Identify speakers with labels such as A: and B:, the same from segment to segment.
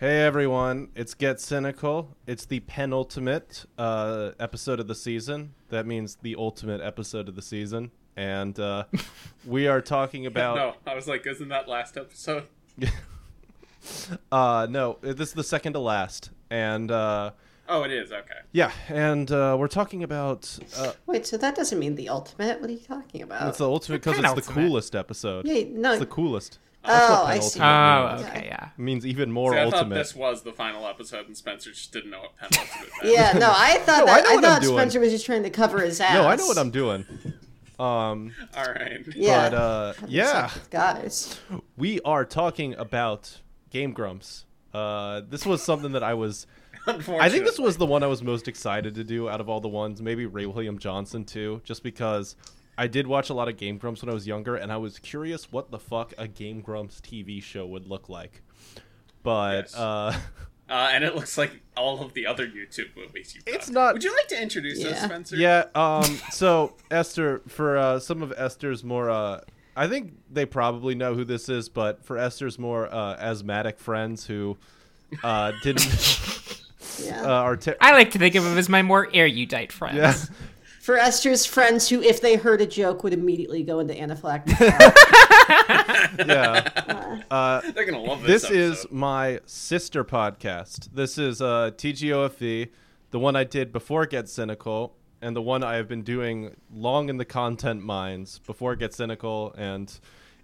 A: Hey everyone, it's Get Cynical. It's the penultimate uh, episode of the season. That means the ultimate episode of the season. And uh, we are talking about.
B: No, I was like, isn't that last episode?
A: Uh, no, this is the second to last. And uh,
B: Oh, it is. Okay.
A: yeah, and uh, we're talking about. Uh,
C: Wait, so that doesn't mean the ultimate? What are you talking about?
A: it's the ultimate because it's the
D: penultimate.
A: coolest episode.
C: Yeah, no.
A: It's the coolest.
C: oh, I see.
A: penultimate
D: Oh,
C: Yeah.
D: okay, yeah.
A: It means even more
B: See, I thought
A: ultimate.
B: this was the final episode, and Spencer just didn't know what penultimate meant.
C: Yeah, no, I
A: No, I
C: thought that,
A: know
C: I,
A: what I'm
C: thought
A: doing.
C: Spencer was just trying to cover his ass.
A: no, I know what I'm doing. Um,
B: All right.
C: Yeah.
A: But uh,
C: Having
A: yeah.
C: sex with guys.
A: we are talking about Game Grumps. Uh, this was something that I was.
B: Unfortunately,
A: I think this was the one I was most excited to do out of all the ones. Maybe Ray William Johnson too, just because I did watch a lot of Game Grumps when I was younger, and I was curious what the fuck a Game Grumps TV show would look like. But
B: Yes.
A: uh,
B: Uh, and it looks like all of the other YouTube movies you've
A: It's
B: done.
A: not-
B: Would you like to introduce us,
C: Yeah.
B: Spencer?
A: yeah, um, so Esther, for uh, some of Esther's more, uh, I think they probably know who this is, but for Esther's more uh, asthmatic friends who uh, didn't.
C: Yeah.
A: uh, are te-
D: I like to think of him as my more erudite friends.
A: yeah.
C: For Esther's friends who, if they heard a joke, would immediately go into anaphylactic shock.
A: yeah.
B: They're gonna love this.
A: This is my sister podcast. This is uh, TGOFE, the one I did before Get Cynical, and the one I have been doing long in the content mines before Get Cynical and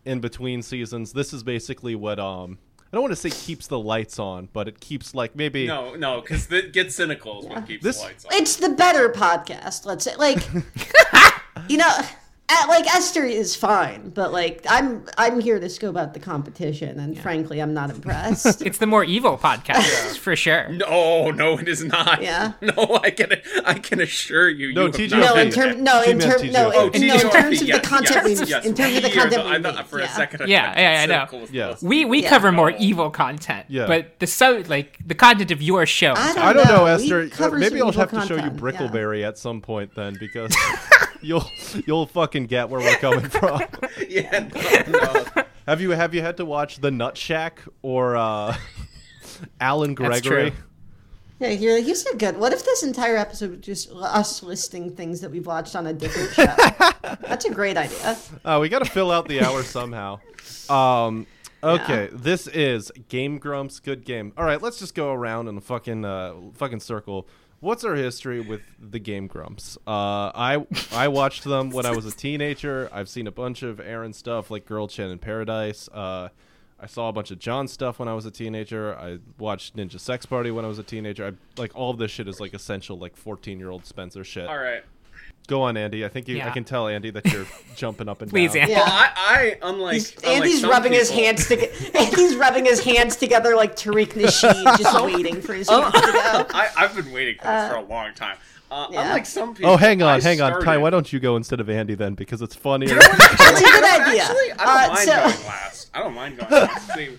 A: in between seasons. This is basically what um I don't want to say keeps the lights on, but it keeps like maybe
B: No, no, because th- get cynical is what keeps
A: This-
B: the lights on.
C: it's the better podcast, let's say. Like, you know. uh, like Esther is fine, but like I'm, I'm here to scope out the competition, and frankly, I'm not impressed.
D: It's the more evil podcast, for sure.
B: No, no, it is not.
C: Yeah.
B: No, I can, I can assure you.
A: No,
B: you have
A: TGIF.
B: not
C: No, in
B: been
C: terms no,
A: She
C: in
A: meant
C: terms no,
A: TGIF.
C: in,
A: Oh,
C: no, in
B: TGIF,
C: terms of the
B: yes,
C: content
B: yes,
C: we
B: yes.
C: in terms of the
B: We are
C: content we
B: I thought
C: make,
B: for a
C: yeah.
B: second. I
D: Yeah,
B: thought
D: yeah, yeah, I know.
B: cynical was
A: Yeah.
B: close.
D: We we
C: Yeah.
D: cover more evil content,
A: Yeah.
D: but the so like the content of your show.
C: I don't,
A: I don't know,
C: We
A: Esther. uh,
C: cover
A: Maybe
C: some
A: I'll
C: evil
A: have to show you
C: content, yeah.
A: Brickleberry at some point then because you'll you'll fucking get where we're coming from.
B: yeah, no, no.
A: Have you have you had to watch The Nut Shack or uh, Alan
D: That's
A: Gregory?
D: true.
C: Yeah, you're like, here's a good. What if this entire episode was just l- us listing things that we've watched on a different show? That's a great idea.
A: Uh, we got to fill out the hour somehow. Um, okay, this is Game Grumps. Good game. All right, let's just go around in a fucking uh, fucking circle. What's our history with the Game Grumps? Uh, I I watched them when I was a teenager. I've seen a bunch of Aaron stuff like Girl Chen in Paradise. Uh, I saw a bunch of John stuff when I was a teenager. I watched Ninja Sex Party when I was a teenager. I like all of this shit is like essential like 14-year-old Spencer shit.
B: All right.
A: Go on, Andy. I think you I
D: Yeah.
A: can tell Andy that you're jumping up and down.
D: Please, Andy.
C: Yeah.
B: Well, I, I unlike
C: He's-
B: unlike
C: Andy's
B: some
C: rubbing his
B: people-
C: hands together. Andy's rubbing his hands together like Tariq Nasheed, just waiting for his hands to go.
B: I, I've been waiting for this for a long time. Uh,
C: yeah.
B: Unlike some people.
A: Oh, hang on,
B: I
A: hang on, Ty.
B: started-
A: Why don't you go instead of Andy then? Because it's funnier.
C: That's a good idea.
B: Actually, I don't
C: Uh,
B: mind
C: so-
B: going last. I don't mind going last. See,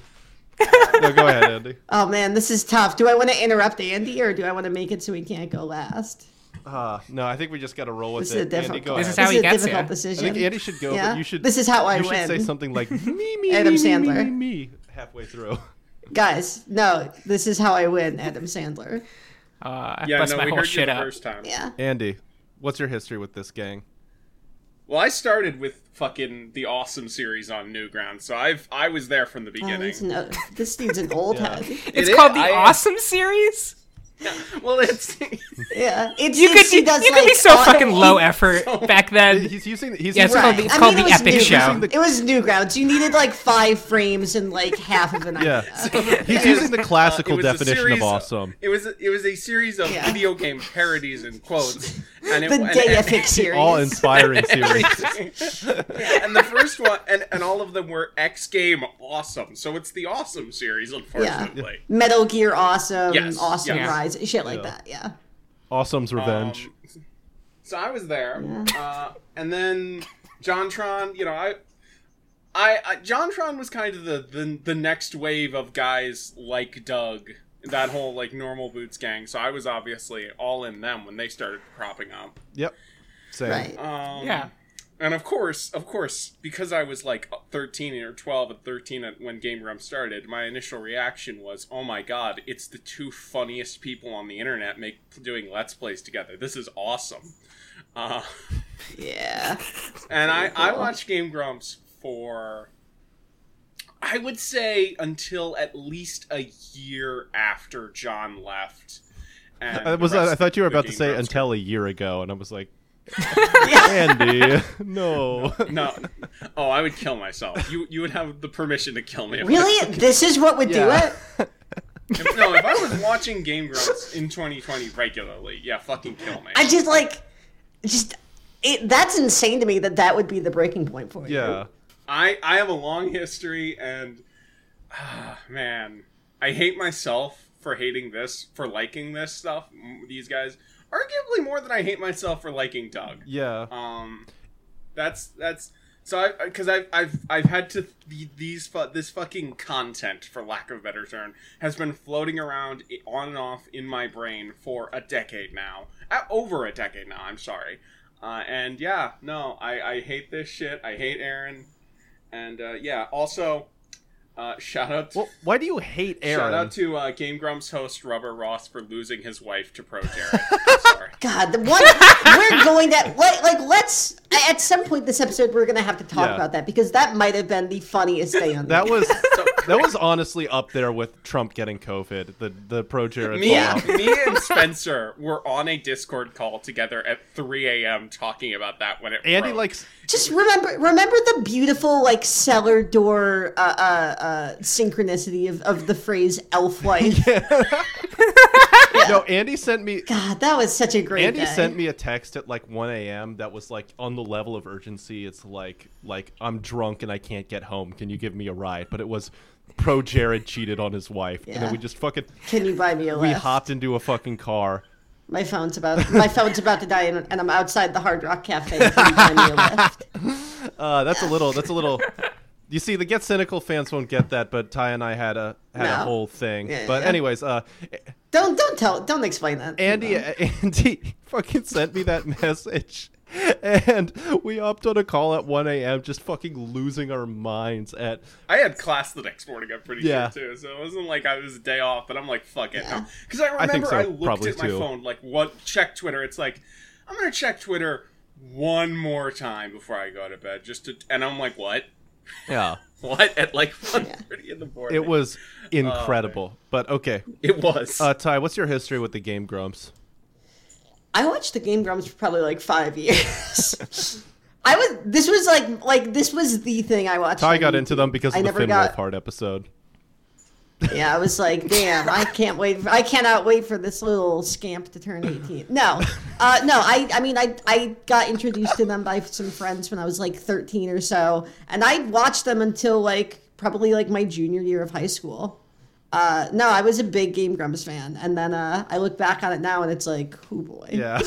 A: no, go ahead, Andy.
C: oh man, this is tough. Do I want to interrupt Andy or do I want to make it so he can't go last?
A: Uh, no, I think we just got to roll with
C: This is
A: it.
C: a difficult.
A: Andy, go
D: This is
A: ahead.
D: how
C: is
D: he
C: a
D: gets
C: difficult
D: here.
A: I
C: decision.
A: think Andy should go,
C: Yeah.
A: but you should.
C: This is how I
A: you should
C: win.
A: say something like me, me,
C: Adam
A: me, me, me,
C: Sandler.
A: me, me, halfway through.
C: Guys, no, this is how I win, Adam Sandler.
D: Uh, I
B: yeah,
D: bust
B: no,
D: my
B: we
D: whole
B: heard you
D: shit
B: the
D: up.
B: first time.
C: Yeah.
A: Andy, what's your history with this gang?
B: Well, I started with fucking the awesome series on Newgrounds, so I've I was there from the
C: Oh,
B: beginning.
C: he's no, this dude's an old head.
D: It's
B: It
D: called
B: is-
D: the
B: I-
D: Awesome Series.
B: well, it's
C: Yeah, it's,
D: You could
C: it's,
D: you,
C: he does
D: you
C: like
D: could be so
C: all-
D: fucking low
C: he-
D: effort back then.
A: He's using. He's
D: Yeah, it's
A: using-
D: called the- it's
C: I
D: called
C: mean,
D: the
C: it was
D: Epic Show.
C: Newgrounds. It was Newgrounds. You needed like five frames and like half of an idea.
A: yeah. He's using the classical
B: it was a
A: definition
B: series-
A: of awesome.
B: It was a, it was a series of
C: Yeah.
B: video game parodies and quotes, and it
C: The
B: and,
C: Day
B: and-
C: Epic series.
A: All-inspiring series.
B: and the first one, and, and all of them were X Game Awesome. So it's the Awesome series, unfortunately.
C: Metal Gear Awesome,
B: Yes,
C: Awesome
D: yeah.
C: Rise, shit like
A: Yeah.
C: that. Yeah.
A: Awesome's revenge.
B: Um, so I was there, uh, and then JonTron. You know, I, I, I JonTron was kind of the, the the next wave of guys like Doug, that whole like normal boots gang. So I was obviously all in them when they started cropping up.
A: yep. Same.
C: Right.
B: Um,
D: yeah,
B: And of course, of course, because I was like 13 or 12 and 13 at- when Game Grumps started, my initial reaction was, "Oh my god, it's the two funniest people on the internet make doing let's plays together. This is awesome." Uh,
C: Yeah.
B: and I I watched Game Grumps for I would say until at least a year after John left. And
A: I, Uh, was,
B: the rest
A: I thought you were
B: of the
A: about to
B: Game
A: say
B: Grumps
A: until a year ago, and I was like, Andy, no.
B: No. Oh, I would kill myself. You you would have the permission to kill me. If
C: Really? This is what would
A: Yeah.
C: do it?
B: If, no, if I was watching Game Grumps in 2020 regularly, yeah, fucking kill me.
C: I just like, just it, that's insane to me that that would be the breaking point for you.
A: Yeah.
B: I I have a long history, and ah, man, I hate myself for hating this, for liking this stuff. m- These guys, arguably more than I hate myself for liking Doug.
A: Yeah.
B: Um, that's that's so I because I've I've I've had to th- these fu- this fucking content for lack of a better term has been floating around i- on and off in my brain for a decade now, uh, over a decade now. I'm sorry, uh, and yeah, no, I I hate this shit. I hate Aaron, and uh, yeah, also. Uh, shout out to,
A: Well, why do you hate Aaron?
B: shout out to uh, Game Grumps host Rubber Ross for losing his wife to Pro Jared. I'm sorry.
C: God, the one we're going to like, like let's at some point this episode we're going to have to talk
A: Yeah.
C: about that because that might have been the funniest thing on
A: that
C: the-
A: was that was honestly up there with Trump getting COVID. The the pro Jared.
B: Me,
A: fallout.
C: Yeah.
B: me and Spencer were on a Discord call together at 3 a.m. talking about that when it
A: Andy
B: broke.
A: likes
C: Just remember, remember the beautiful like cellar door uh, uh, uh, synchronicity of, of the phrase "elf wife."
A: no. Andy sent me.
C: God, that was such a great.
A: Andy
C: day.
A: sent me a text at like 1 a.m. that was like on the level of urgency. It's like like I'm drunk and I can't get home. Can you give me a ride? But it was pro Jared cheated on his wife, and
C: Yeah.
A: then we just fucking
C: Can you buy me a
A: we
C: lift?
A: hopped into a fucking car.
C: my phone's about my phone's about to die, and, and I'm outside the Hard Rock Cafe. Can you buy me a lift?
A: Uh, that's a little. That's a little. You see, the Get Cynical fans won't get that, but Ty and I had a had a
C: No.
A: whole thing.
C: Yeah,
A: but
C: yeah.
A: anyways, uh,
C: Don't don't tell don't explain that.
A: Andy, Andy fucking sent me that message. And we hopped on a call at 1 a.m., just fucking losing our minds at.
B: I had class the next morning, I'm pretty
A: Yeah.
B: sure, too. So it wasn't like I was a day off, but I'm like, fuck it.
C: Yeah.
B: Because I remember I,
A: so,
B: looked
A: probably
B: at my
A: too.
B: phone, like, what, check Twitter. It's like, I'm going to check Twitter one more time before I go to bed. just to, And I'm like, what?
A: Yeah.
B: What? At like 1.30 in the morning.
A: It was
C: Oh,
A: incredible. but okay.
B: It was.
A: Uh, Ty, what's your history with the game Grumps?
C: I watched the Game Grumps for probably like five years. I was. This was like like this was the thing I watched.
A: Ty
C: I
A: got into them because
C: I
A: of the
C: never
A: Finn
C: got-
A: Wolfhard episode.
C: Yeah, I was like, damn, I can't wait. I cannot wait for this little scamp to turn 18. No, uh, no, I, I mean, I, I got introduced to them by some friends when I was like 13 or so, and I watched them until like probably like my junior year of high school. Uh, no, I was a big Game Grumps fan, and then uh, I look back on it now, and it's like, oh boy,
A: Yeah.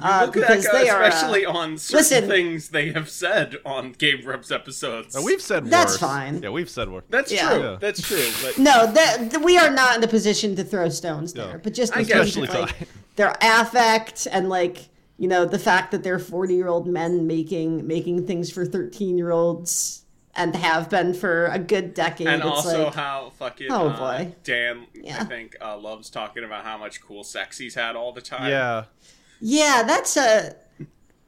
C: uh,
B: Look at that
C: because
B: guy,
C: they are. uh,
B: especially on certain
C: Listen.
B: things they have said on Game Reps episodes.
A: Now, we've said
C: That's
A: worse.
C: fine.
A: Yeah, we've said worse.
B: That's
C: Yeah.
B: true.
A: Yeah.
B: That's true. But
C: No, that th- we are not in a position to throw stones there,
A: No.
C: but just
B: I
C: in
B: guess
C: terms of
A: you
C: like
A: could.
C: their affect and like you know the fact that they're forty year old men making making things for thirteen year olds and have been for a good decade.
B: and
C: it's
B: also
C: like
B: how fucking
C: Oh,
B: uh,
C: boy.
B: Dan, I
C: Yeah.
B: think, uh, loves talking about how much cool sex he's had all the time.
A: Yeah.
C: yeah, that's a.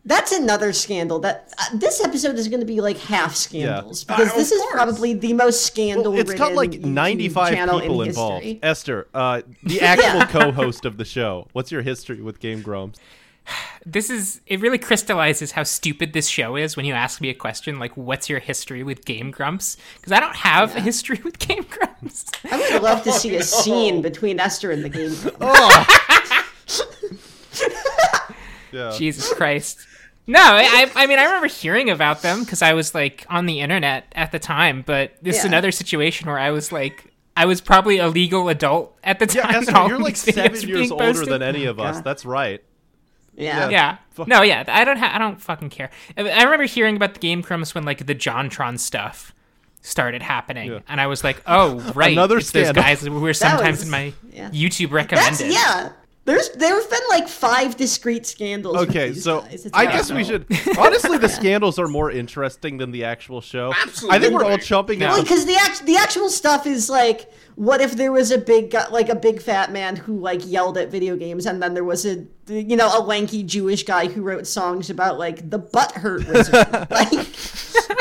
C: That's another scandal. That uh, this episode is going to be like half scandals
B: Uh,
C: because
B: of
C: this is
B: course.
C: probably the most scandal.
A: Well, it's got like 95 people involved. Esther, uh, the actual co-host of the show. What's your history with Game Grumps?
D: This is it really crystallizes how stupid this show is when you ask me a question like what's your history with Game Grumps? Because I don't have a history with Game Grumps.
C: I would love to see a scene between Esther and the game.
A: Yeah.
D: Jesus Christ. No, I, I I mean, I remember hearing about them because I was like on the internet at the time, but this is
C: Yeah.
D: another situation where I was like, I was probably a legal adult at the
A: Yeah,
D: time. that
A: Esther,
D: all
A: you're
D: these
A: like
D: videos
A: seven
D: were
A: years
D: being
A: older
D: posted.
A: than any of us.
C: Oh God.
A: That's right.
C: yeah.
D: Yeah.
A: Fuck.
D: No, yeah. I don't. Ha- I don't fucking care. I I remember hearing about the Game Crumbs when like the JonTron stuff started happening,
A: Yeah.
D: and I was like, oh right,
A: Another
D: it's those
A: scandal.
D: guys who were sometimes
C: was-
D: in my
C: yeah.
D: YouTube
C: That's
D: recommended.
C: yeah. There's there have been like five discrete scandals. with
A: Okay,
C: these
A: so
C: guys. It's
A: I guess we
C: awful.
A: should. Honestly, the scandals are more interesting than the actual show. I think we're all chomping
B: Absolutely.
D: No.
A: at
C: Well,
A: the
C: because the act, the actual stuff is like, what if there was a big gu- like a big fat man who like yelled at video games, and then there was a you know a lanky Jewish guy who wrote songs about like the butt hurt wizard. like,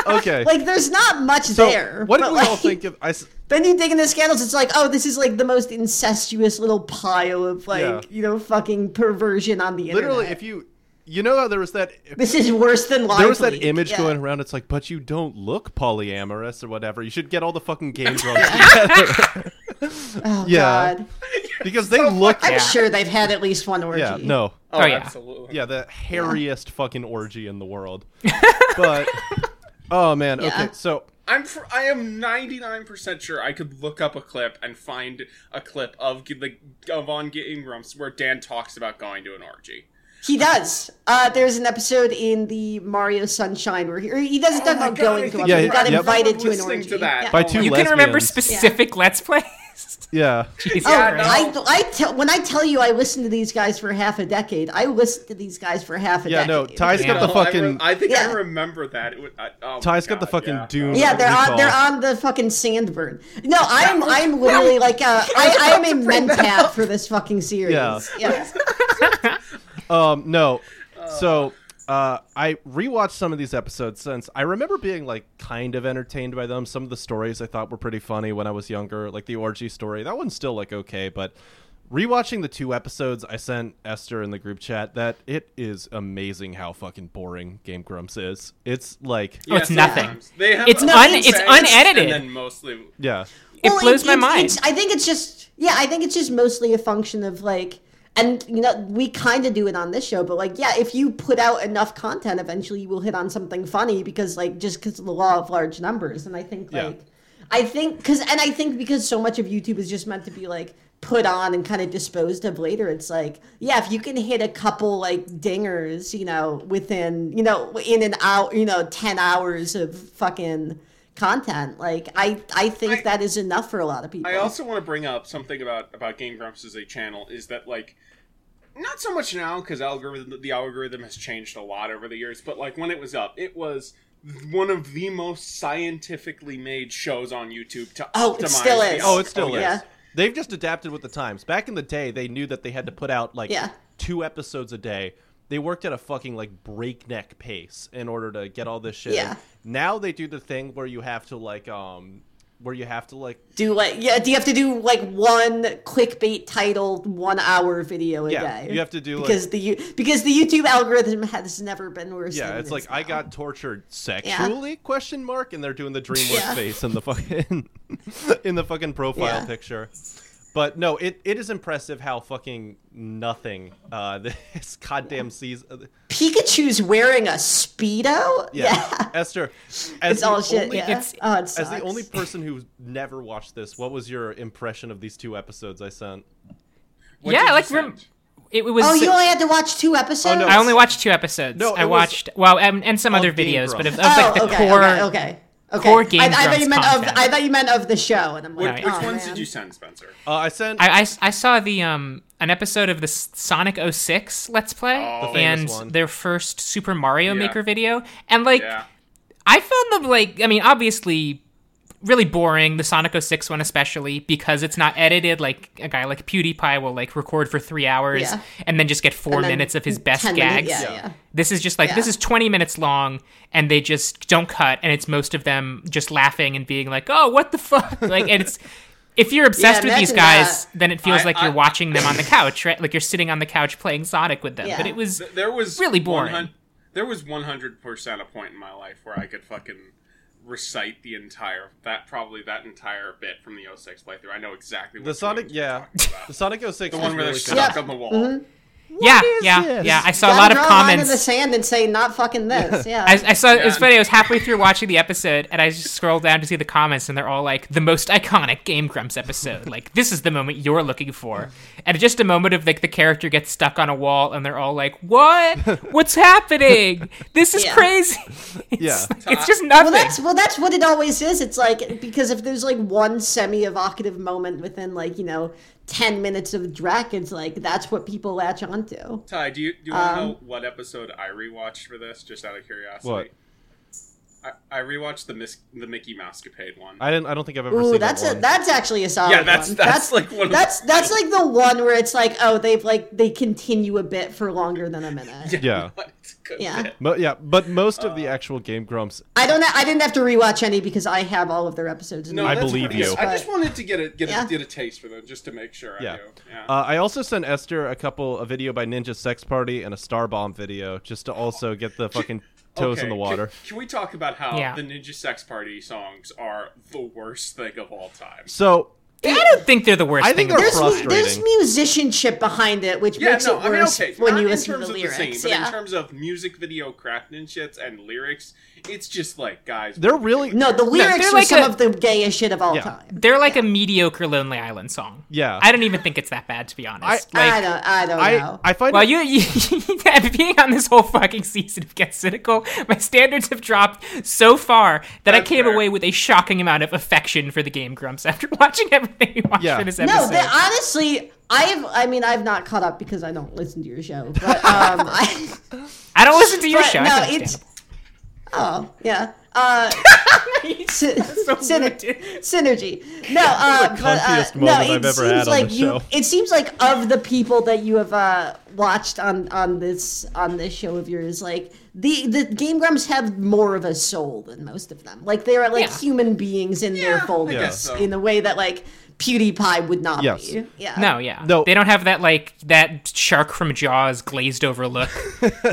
A: Okay.
C: like there's not much
A: so
C: there.
A: what did
C: but,
A: we all
C: like,
A: think of? I, s-
C: Then you dig into scandals, it's like, oh, this is like the most incestuous little pile of like
A: Yeah.
C: you know fucking perversion on the
A: literally,
C: internet.
A: if you, you know, how there was that.
C: this is worse than live
A: There was that
C: Leak.
A: image
C: Yeah.
A: going around. It's like, but you don't look polyamorous or whatever. You should get all the fucking game drums together
C: Oh,
A: Yeah.
C: God.
A: because they look.
C: I'm
D: Yeah.
C: sure they've had at least one orgy.
A: Yeah, no,
B: Oh,
D: Oh, yeah.
B: absolutely.
A: yeah, the hairiest fucking orgy in the world. But oh man,
C: Yeah.
A: okay, so
B: I'm fr- I am 99% sure I could look up a clip and find a clip of G- the of on Getting Grumps where Dan talks about going to an orgy.
C: He does. Uh, there's an episode in the Mario Sunshine where he, or he doesn't talk
B: my
C: about
B: God, I
C: going to
B: think
C: one.
A: I
C: but he got
A: remember
C: invited to an
B: listening
C: orgy.
B: to that.
C: Yeah.
A: by
B: Oh,
A: two
D: you
A: lesbians,
D: can remember specific Let's Plays.
A: Yeah,
D: Jesus
C: Oh,
B: Yeah,
D: Christ.
C: I, I tell, when I tell you I listened to these guys for half a decade, I listened to these guys for half a
A: yeah, no,
C: decade.
A: Ty's got
D: Yeah.
A: the
B: No, I re-
A: fucking
B: I, think I
C: Yeah.
B: remember that. It was, I, oh my
A: Ty's got the
B: God,
A: fucking
B: yeah.
A: Dune.
C: Yeah, they're on
A: recall.
C: they're on the fucking sandburn. No, I'm I'm literally like uh, I, I am a mentat for this fucking series.
A: Yeah.
C: yeah.
A: Um, no. So uh, I rewatched some of these episodes since I remember being like kind of entertained by them. Some of the stories I thought were pretty funny when I was younger, like the orgy story. That one's still like okay, but rewatching the two episodes I sent Esther in the group chat that it is amazing how fucking boring Game Grumps is. It's like
D: Oh, it's nothing.
B: sometimes. They have
D: It's
B: a
D: un-
B: few
D: it's
B: segments,
D: unedited.
B: And then mostly
A: yeah.
D: It
C: Well,
D: blows my mind.
C: it's- I think it's just yeah. I think it's just mostly a function of like, and you know, we kind of do it on this show, but like, yeah, if you put out enough content, eventually you will hit on something funny because like just because of the law of large numbers, and I think
A: Yeah.
C: like, I think because and I think because so much of YouTube is just meant to be like put on and kind of disposed of later it's like yeah if you can hit a couple like dingers you know within you know in an hour you know 10 hours of fucking content like i i think
B: I-
C: that is enough for a lot of people
B: I also want to bring up something about about Game Grumps as a channel is that like not so much now because algorithm the algorithm has changed a lot over the years, but like when it was up, it was one of the most scientifically made shows on YouTube to
C: Oh,
B: optimize.
C: it still
B: the
C: is.
A: Oh, it still
B: algorithm.
A: is.
C: yeah.
A: They've just adapted with the times. Back in the day, they knew that they had to put out like
C: Yeah.
A: two episodes a day. They worked at a fucking like breakneck pace in order to get all this shit. in.
C: Yeah.
A: Now they do the thing where you have to like um where you have to like
C: do like yeah do you have to do like one clickbait titled one hour video a
A: Yeah,
C: day
A: you have to do, like-
C: because the you because the youtube algorithm has never been worse
A: yeah,
C: than
A: it's
C: it
A: like
C: is
A: I
C: now.
A: got tortured sexually question mark and they're doing the DreamWorks
C: Yeah.
A: face in the fucking in the fucking profile
C: Yeah.
A: picture. But no, it, it is impressive how fucking nothing uh this goddamn season
C: pikachu's wearing a speedo
A: Yeah. Esther, as
C: it's all
A: the
C: shit
A: only-
C: yeah
D: it's-
C: oh, it
A: As
C: sucks.
A: the only person who's never watched this, what was your impression of these two episodes I sent?
B: What
D: Yeah,
B: did you
D: like, rem-
B: send?
D: it, was.
C: oh you only had to watch two episodes
A: Oh, no.
D: I only watched two episodes.
A: No,
D: I
A: it was
D: watched well, um, and, and some
A: on
D: other
A: Game
D: videos, but of,
A: Grumps.
D: of like the
C: Oh, okay,
D: core.
C: okay, okay. Okay.
D: core Game
C: I, I thought
D: Grumps
C: you meant
D: content.
C: of. I thought you meant of the show, and I'm
B: Which,
C: like,
B: which
D: Right.
C: oh,
B: ones
C: man.
B: did you send, Spencer?
A: Uh, I sent
D: I, I s- I saw the um an episode of the S- Sonic 06 Let's Play
B: The
A: Oh. famous
D: and
A: one.
D: their first Super Mario
B: Yeah.
D: Maker video, and like
B: Yeah.
D: I found them like I mean obviously really boring the Sonic 06 one especially because it's not edited like a guy like PewDiePie will like record for 3 hours
C: Yeah.
D: and then just get 4
C: And then
D: minutes of his best
C: 10 minutes,
D: gags.
C: yeah, yeah.
D: This is just like this
C: Yeah.
D: is 20 minutes long and they just don't cut and it's most of them just laughing and being like, "Oh, what the fuck?" like and it's if you're obsessed with these
C: imagine
D: guys,
C: that.
D: then it feels
B: I-
D: like
B: I-
D: you're watching them on the couch, right? Like you're sitting on the couch playing Sonic with them.
C: Yeah.
D: But it was
B: Th- there was
D: really boring.
B: 100 There was one hundred percent a point in my life where I could fucking recite the entire that probably that entire bit from the 06 playthrough. I know exactly what
A: the Sonic, yeah, the Sonic 06
B: the
A: was
B: one
A: really
B: where they're
A: good.
C: Mm-hmm.
B: stuck on the wall.
D: yeah,
A: is
D: yeah,
A: this?
D: yeah. I saw a
C: Gotta
D: lot of
C: draw line in the
D: comments.
C: sand and say not fucking this. Yeah.
D: I, I saw it was
B: Yeah.
D: funny. I was halfway through watching the episode, and I just scrolled down to see the comments, and they're all like the most iconic Game Grumps episode. like this is the moment you're looking for, and just a moment of like the character gets stuck on a wall, and they're all like, "What? What's happening? This is
C: Yeah.
D: crazy." It's,
A: Yeah.
D: like- it's just nothing.
C: well, that's well, that's what it always is. It's like because if there's like one semi-evocative moment within like you know ten minutes of Drek, it's like that's what people latch onto.
B: Ty, do you do you want to
C: Um,
B: know what episode I rewatched for this? Just out of curiosity.
A: What?
B: I, I rewatched the Mis- the Mickey Mousecapade one.
A: I didn't. I don't think I've ever
C: Ooh,
A: seen
C: that's
A: that
C: a, that's actually a solid
B: yeah, that's,
C: one.
B: that's like one. Of
C: that's that's like the one where it's like oh they've like they continue a bit for longer than a minute.
A: Yeah.
B: It's a good
C: Yeah.
B: bit.
A: Mo- yeah, but most of the
B: Uh,
A: actual Game Grumps.
C: I don't I didn't have to rewatch any because I have all of their episodes. In
B: No,
A: I
C: my-
B: that's
A: believe
B: pretty
A: you.
B: good. I just wanted to get a get,
C: Yeah.
B: a get a taste for them, just to make sure. I
A: Yeah.
B: do. Yeah.
A: Uh, I also sent Esther a couple a video by Ninja Sex Party and a Star Bomb video just to also get the fucking toes
B: Okay,
A: in the
B: can-
A: water.
B: Can, we talk about how
D: Yeah.
B: the Ninja Sex Party songs are the worst thing of all time?
A: So
D: I don't think they're the worst.
A: I think
D: thing
A: they're
D: about-
C: There's, mu- there's
A: frustrating.
C: musicianship behind it, which
B: Yeah,
C: makes
B: no,
C: it
B: I mean,
C: worse
B: okay,
C: when
B: not
C: you
B: in
C: listen to
B: terms
C: the
B: of
C: lyrics.
B: the singing, but
C: yeah.
B: in terms of music video craftsmanship and lyrics, it's just like guys.
A: they're really
C: no, the lyrics
D: they're
C: are
D: like
C: some
D: a-
C: of the gayest shit of all
A: Yeah.
C: time.
D: They're like a mediocre Lonely Island song.
A: Yeah.
D: I don't even think it's that bad to be honest. like,
C: I don't, I don't
A: I
C: know.
A: I find
D: well,
A: it-
D: you, you being on this whole fucking season of Get Cynical, my standards have dropped so far that I
B: That's
D: came
B: fair.
D: away with a shocking amount of affection for the Game Grumps after watching everything we watched
A: Yeah.
D: for this
A: No,
D: episode.
C: no, they, honestly, I've, I mean, I've not caught up because I don't listen to your show, but um, I,
D: I don't listen to your
C: but
D: show.
C: no,
D: I
C: it's, oh yeah, uh, sy- syner-
D: rooted.
C: synergy. No, uh,
A: the
C: but, uh,
A: clunkiest
C: no,
A: moment
C: it
A: I've ever
C: seems
A: had on
C: like
A: the
C: you.
A: show.
C: It seems like of the people that you have uh, watched on on this on this show of yours, like the the Game Grumps have more of a soul than most of them. Like they are like
D: Yeah.
C: human beings in
B: Yeah,
C: their
B: I
C: folders
B: guess so.
C: in a way that like PewDiePie would not
A: Yes.
C: be. Yeah.
D: no, yeah,
A: No.
D: they don't have that like that shark from Jaws glazed over look.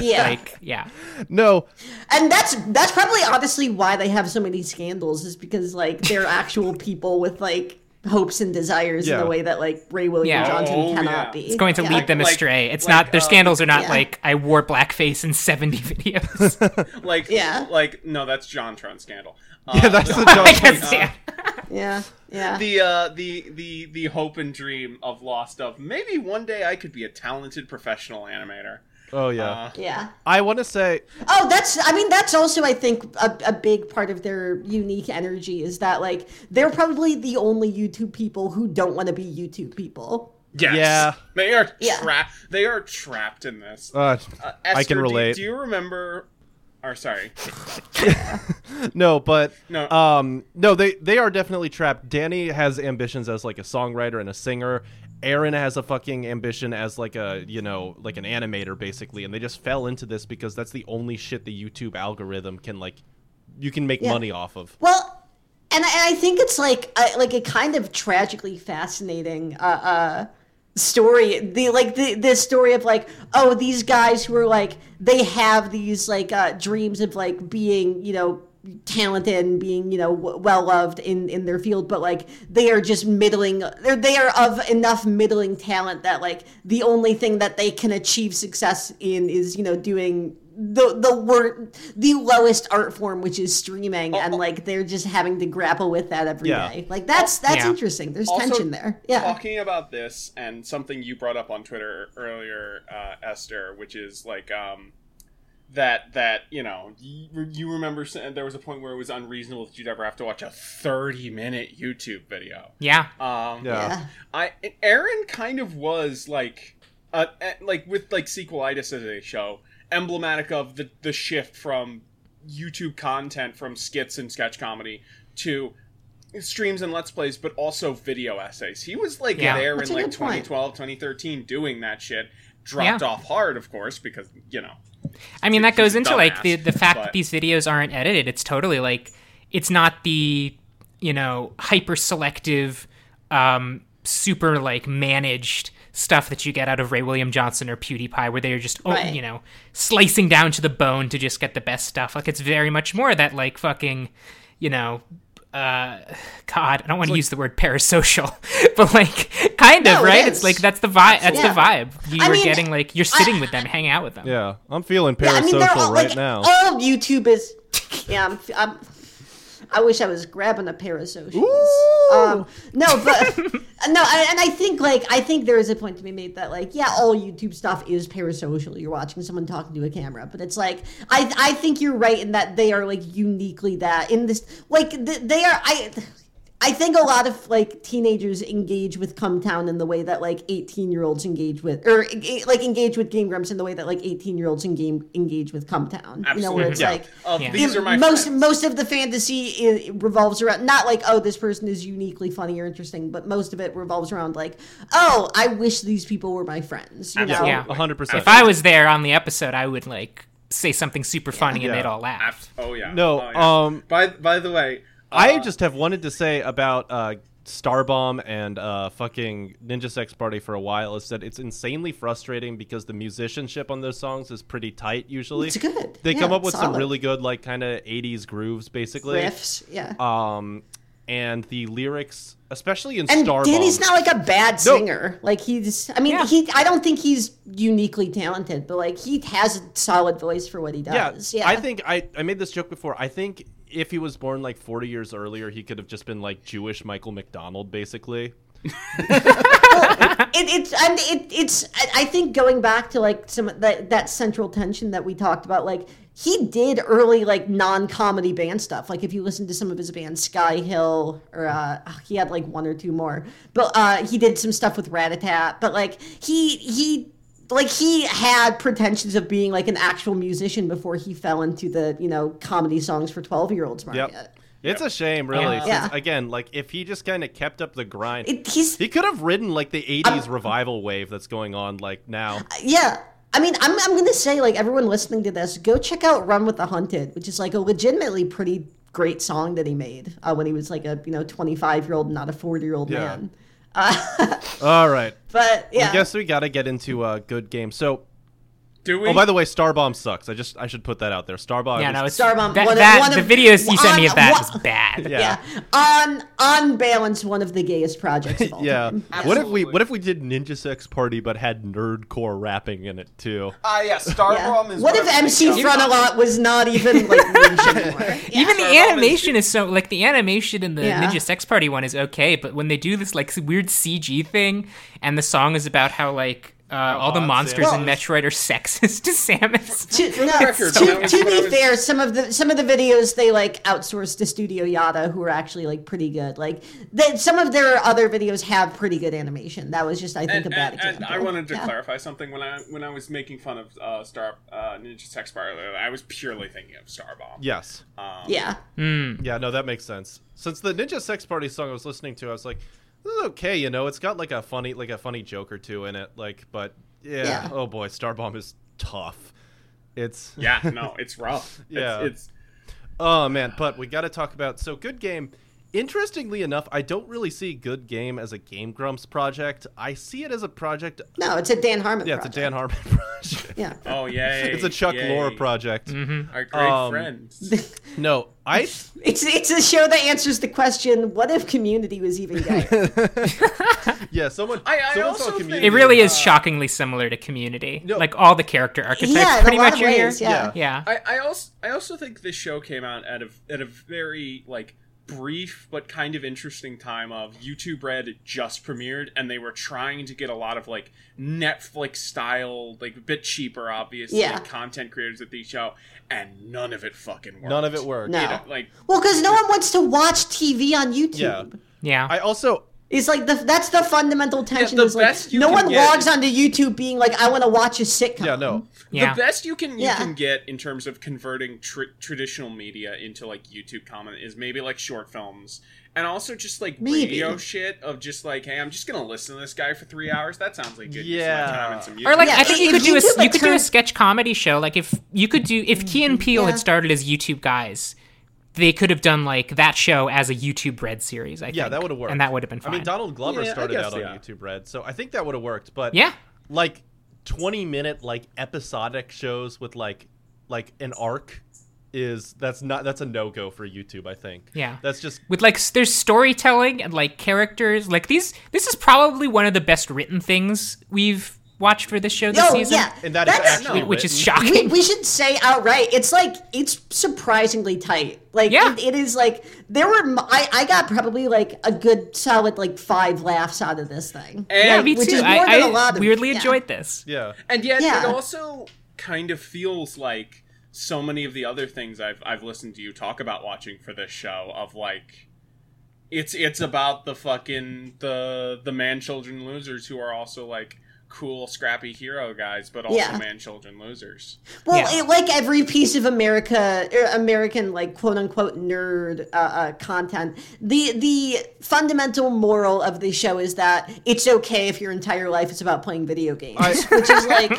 C: Yeah.
D: like, yeah,
A: no
C: and that's that's probably honestly why they have so many scandals is because like they're actual people with like hopes and desires in
A: Yeah.
C: the way that like Ray William
D: Yeah.
C: Johnson
B: Oh,
C: cannot
B: yeah.
C: be.
D: it's going to
C: Yeah.
D: lead them
B: Like-
D: astray. It's
B: like,
D: not their
B: uh,
D: scandals are not
C: Yeah.
D: like I wore blackface in seventy
B: Oh
D: videos.
B: like
C: Yeah.
B: like no, that's John Tron scandal. Uh,
A: yeah that's the
D: I
A: joke.
D: guess, yeah.
C: Yeah, yeah.
B: the uh, the the the hope and dream of lost of maybe one day I could be a talented professional animator.
A: Oh yeah,
B: Uh,
C: yeah.
A: I want to say
C: Oh, that's. I mean, that's also. I think a, a big part of their unique energy is that like they're probably the only YouTube people who don't want to be YouTube people.
B: yes.
A: Yeah.
B: they are
C: Yeah.
B: trapped. They are trapped in this.
A: uh,
B: Uh,
A: I
B: Esther,
A: can
B: do-
A: relate.
B: Do, you remember? Or sorry,
A: no, but
B: No.
A: um, no, they they are definitely trapped. Danny has ambitions as like a songwriter and a singer. Aaron has a fucking ambition as like a you know like an animator basically, and they just fell into this because that's the only shit the YouTube algorithm can like you can make
C: Yeah.
A: money off of.
C: Well, and I, I think it's like a, like a kind of tragically fascinating uh, uh, story. The like the this story of like oh these guys who are like they have these like uh, dreams of like being you know talented and being you know w- well loved in in their field but like they are just middling they're they are of enough middling talent that like the only thing that they can achieve success in is you know doing the the wor- the lowest art form which is streaming and like they're just having to grapple with that every day.
A: Yeah.
C: like that's that's
D: Yeah.
C: interesting there's
B: Also,
C: tension there yeah
B: talking about this and something you brought up on Twitter earlier, uh, Esther, which is like um, that that you know you, you remember s- there was a point where it was unreasonable that you'd ever have to watch a thirty-minute YouTube video.
D: yeah.
B: Um,
A: Yeah.
C: yeah
B: I Aaron kind of was like, uh, eh, like with like sequelitis as a show, emblematic of the the shift from YouTube content from skits and sketch comedy to streams and let's plays, but also video essays. He was like
D: Yeah.
B: there
C: That's
B: in
C: a
B: like
C: good point.
B: 2012, 2013, doing that shit. Dropped
D: Yeah.
B: off hard, of course, because you know.
D: I mean, that
B: He's
D: goes
B: a
D: into like the
B: dumbass,
D: the fact
B: but-
D: that these videos aren't edited. It's totally like it's not the you know hyper selective, um, super like managed stuff that you get out of Ray William Johnson or PewDiePie, where they are just oh,
C: Right.
D: you know slicing down to the bone to just get the best stuff. Like it's very much more that like fucking you know. Uh, God, I don't want to use the word parasocial, but like kind kind of
C: No, it
D: right.
C: is.
D: it's like that's the vibe. That's
C: Yeah.
D: the vibe. You
C: I
D: are
C: mean,
D: getting like you're sitting with them, hanging out with them.
A: Yeah, I'm feeling
C: Yeah, I
A: parasocial
C: mean, they're all
A: right
C: like
A: now.
C: all of YouTube is. Yeah, I'm, I'm. I wish I was grabbing a pair of socials. Um, no, but no, I- and I think like I think there is a point to be made that like yeah, all YouTube stuff is parasocial. You're watching someone talking to a camera, but it's like I I think you're right in that they are like uniquely that in this like th- they are I. I think a lot of like teenagers engage with Cumtown in the way that like 18 year olds engage with or eh, like engage with Game Grumps in the way that like 18 year olds in game engage with Cumtown. You know where
B: Absolutely.
C: it's
B: Yeah.
C: like
B: Of
D: Yeah.
B: these
C: it-
B: are my
C: most
B: friends.
C: most of the fantasy i revolves around not like oh this person is uniquely funny or interesting, but most of it revolves around like oh I wish these people were my friends. You know?
B: Absolutely.
D: Yeah.
A: 100%.
D: If I was there on the episode, I would like say something super funny and
A: Yeah.
D: they'd all laugh.
B: Oh yeah.
A: No,
B: Oh, yeah.
A: um,
B: By by the way,
A: I oh,
B: uh,
A: just have wanted to say about uh, Starbomb and uh, fucking Ninja Sex Party for a while is that it's insanely frustrating because the musicianship on those songs is pretty tight usually.
C: It's good.
A: They
C: Yeah,
A: come up with some
C: solid.
A: really good like kind of 80s grooves basically.
C: riffs. Yeah,
A: Um and the lyrics especially in
C: and
A: Starbomb.
C: Danny's not like a bad singer. Like he's I mean
D: Yeah.
C: he I don't think he's uniquely talented, but like he has a solid voice for what he does. Yeah,
A: I think I, I made this joke before. I think if he was born like 40 years earlier, he could have just been like Jewish Michael McDonald, basically.
C: it, it's I mean, it, it's I- I think going back to like some that that central tension that we talked about like he did early like non-comedy band stuff like if you listen to some of his bands Sky Hill or uh, he had like one or two more but uh, he did some stuff with Ratatat but like he he like he had pretensions of being like an actual musician before he fell into the you know comedy songs for 12 year olds market
A: Yep. It's a shame, really.
D: Yeah.
A: since,
C: Yeah.
A: Again, like if he just kind of kept up the grind,
C: it, he's
A: he could have ridden like the 80s revival wave that's going on like now.
C: yeah i mean i'm, I'm gonna say like everyone listening to this go check out run with the hunted which is like a legitimately pretty great song that he made uh, when he was like a you know 25 year old not a 40 year old
A: Yeah.
C: man uh,
A: All right.
C: but yeah
A: I guess we got to get into a good game. So,
B: do we?
A: oh, by the way, Starbomb sucks. I just I should put that out there. Starbomb
D: Yeah,
A: is
D: no, it's
C: Starbomb,
D: that,
C: one of-
D: that-
C: one
D: the
C: of-
D: videos you sent me of
C: one-
D: that
C: one-
D: was bad.
A: Yeah.
C: yeah. on on balance one of the gayest projects of all
A: Yeah.
C: time.
A: What if we
B: Absolutely.
A: what if we did Ninja Sex Party but had nerdcore rapping in it too?
B: Ah, yeah, Star
C: Yeah.
B: Bomb is
C: what if
B: one of the
C: mc
B: big
C: front a
B: jobs.
C: lot was not even like niche anymore? Yeah.
D: Even the
B: Starbomb is-
D: animation is so like the animation in the
C: Yeah.
D: Ninja Sex Party one is okay, but when they do this like weird CG thing and the song is about how like uh, all the
A: hot
D: monsters in
A: Samus-
D: Metroid are sexist to Samus.
C: to, no,
B: record,
C: to-
B: that was
C: to
B: what I
C: be
B: was-
C: fair, some of the some of the videos they like outsourced to Studio Yada, who are actually like pretty good. Like that, some of their other videos have pretty good animation. That was just, I think,
B: and,
C: a bad
B: and- and
C: example.
B: I wanted to
C: Yeah.
B: clarify something when I when I was making fun of uh, Star uh, Ninja Sex Parlor, I was purely thinking of Star Bomb.
A: Yes.
C: Yeah,
A: Yeah, no, that makes sense. Since the Ninja Sex Party song I was listening to, I was like, this is okay, you know, it's got like a funny like a funny joke or two in it, like but yeah,
C: Yeah.
A: oh boy, Starbomb is tough. It's
B: Yeah, no, it's rough.
A: Yeah.
B: it's,
A: Oh man, but we got to talk about so good game. Interestingly enough, I don't really see good game as a Game Grumps project. I see it as a project.
C: no, it's a Dan Harmon.
A: Yeah, it's a Dan Harmon project.
C: Yeah,
B: it's oh yay,
A: It's a Chuck
B: yay. Mm-hmm.
A: Lorre project.
B: Our great
A: Um,
B: friends.
A: No, I
C: it's it's a show that answers the question: What if Community was even gay?
A: yeah, someone
B: I- I
A: someone
B: also
A: saw
B: think-
A: Community.
D: It really is
B: Uh,
D: shockingly similar to Community.
A: No.
D: Like all the character archetypes,
C: yeah, in
D: pretty
C: a lot
D: much
C: of
D: are
C: ways.
D: here.
C: Yeah.
D: Yeah.
B: I, I also I also think this show came out at a at a very like brief but kind of interesting time of YouTube Red just premiered and they were trying to get a lot of like Netflix style like a bit cheaper obviously
C: Yeah.
B: content creators at the show and none of it fucking worked.
A: None of it worked.
C: No.
B: It, like
C: well, because no one wants to watch TV on YouTube.
A: Yeah.
D: yeah.
A: I also
C: It's like the that's the fundamental tension.
B: the
C: is like,
B: best you
C: no
B: can
C: one
B: get
C: logs
B: is-
C: onto YouTube being like, I want to watch a sitcom.
A: yeah, no.
D: yeah.
B: The best you can you
C: Yeah.
B: can get in terms of converting tr- traditional media into like YouTube comment is maybe like short films and also just like
C: Maybe.
B: radio shit of just like hey I'm just gonna listen to this guy for three hours that sounds like good use of
A: Yeah.
B: my time and some music.
D: Or like
C: Yeah,
D: I think
C: if
D: you could
C: you
D: do a
C: do, like,
D: you could do
C: turn-
D: a sketch comedy show. Like if you could do if Key and Peele
C: yeah.
D: had started as YouTube guys, they could have done like that show as a YouTube Red series. I think.
A: Yeah, that would have worked.
D: and that would have been fine.
A: I mean, Donald Glover
B: Yeah, I
A: started
B: guess,
A: out on
B: yeah.
A: YouTube Red, so I think that would have worked. But
D: Yeah.
A: like twenty minute like episodic shows with like like an arc is that's not that's a no go for YouTube. I think.
D: Yeah.
A: That's just
D: with like s- there's storytelling and like characters like these this is probably one of the best written things we've watched for this show this
C: Oh,
D: season
C: yeah.
A: and that is
C: That's-
A: actually
D: which is
A: written.
C: we,
D: shocking
C: we should say outright it's like it's surprisingly tight like
D: Yeah.
C: it, it is like there were m- I, I got probably like a good solid like five laughs out of this thing
B: And,
D: yeah me
C: which
D: too
C: is more
D: i,
C: than
D: I
C: a lot of-
D: weirdly
C: yeah.
D: enjoyed this
A: Yeah.
B: and yet
C: Yeah.
B: it also kind of feels like so many of the other things I've I've listened to you talk about watching for this show of like it's it's about the fucking the the man children losers who are also like cool scrappy hero guys but also
C: Yeah.
B: man children losers.
C: Well,
D: Yeah.
C: it, like every piece of America, er, American like quote unquote nerd uh, uh, content, the the fundamental moral of the show is that it's okay if your entire life is about playing video games,
A: I-
C: which is like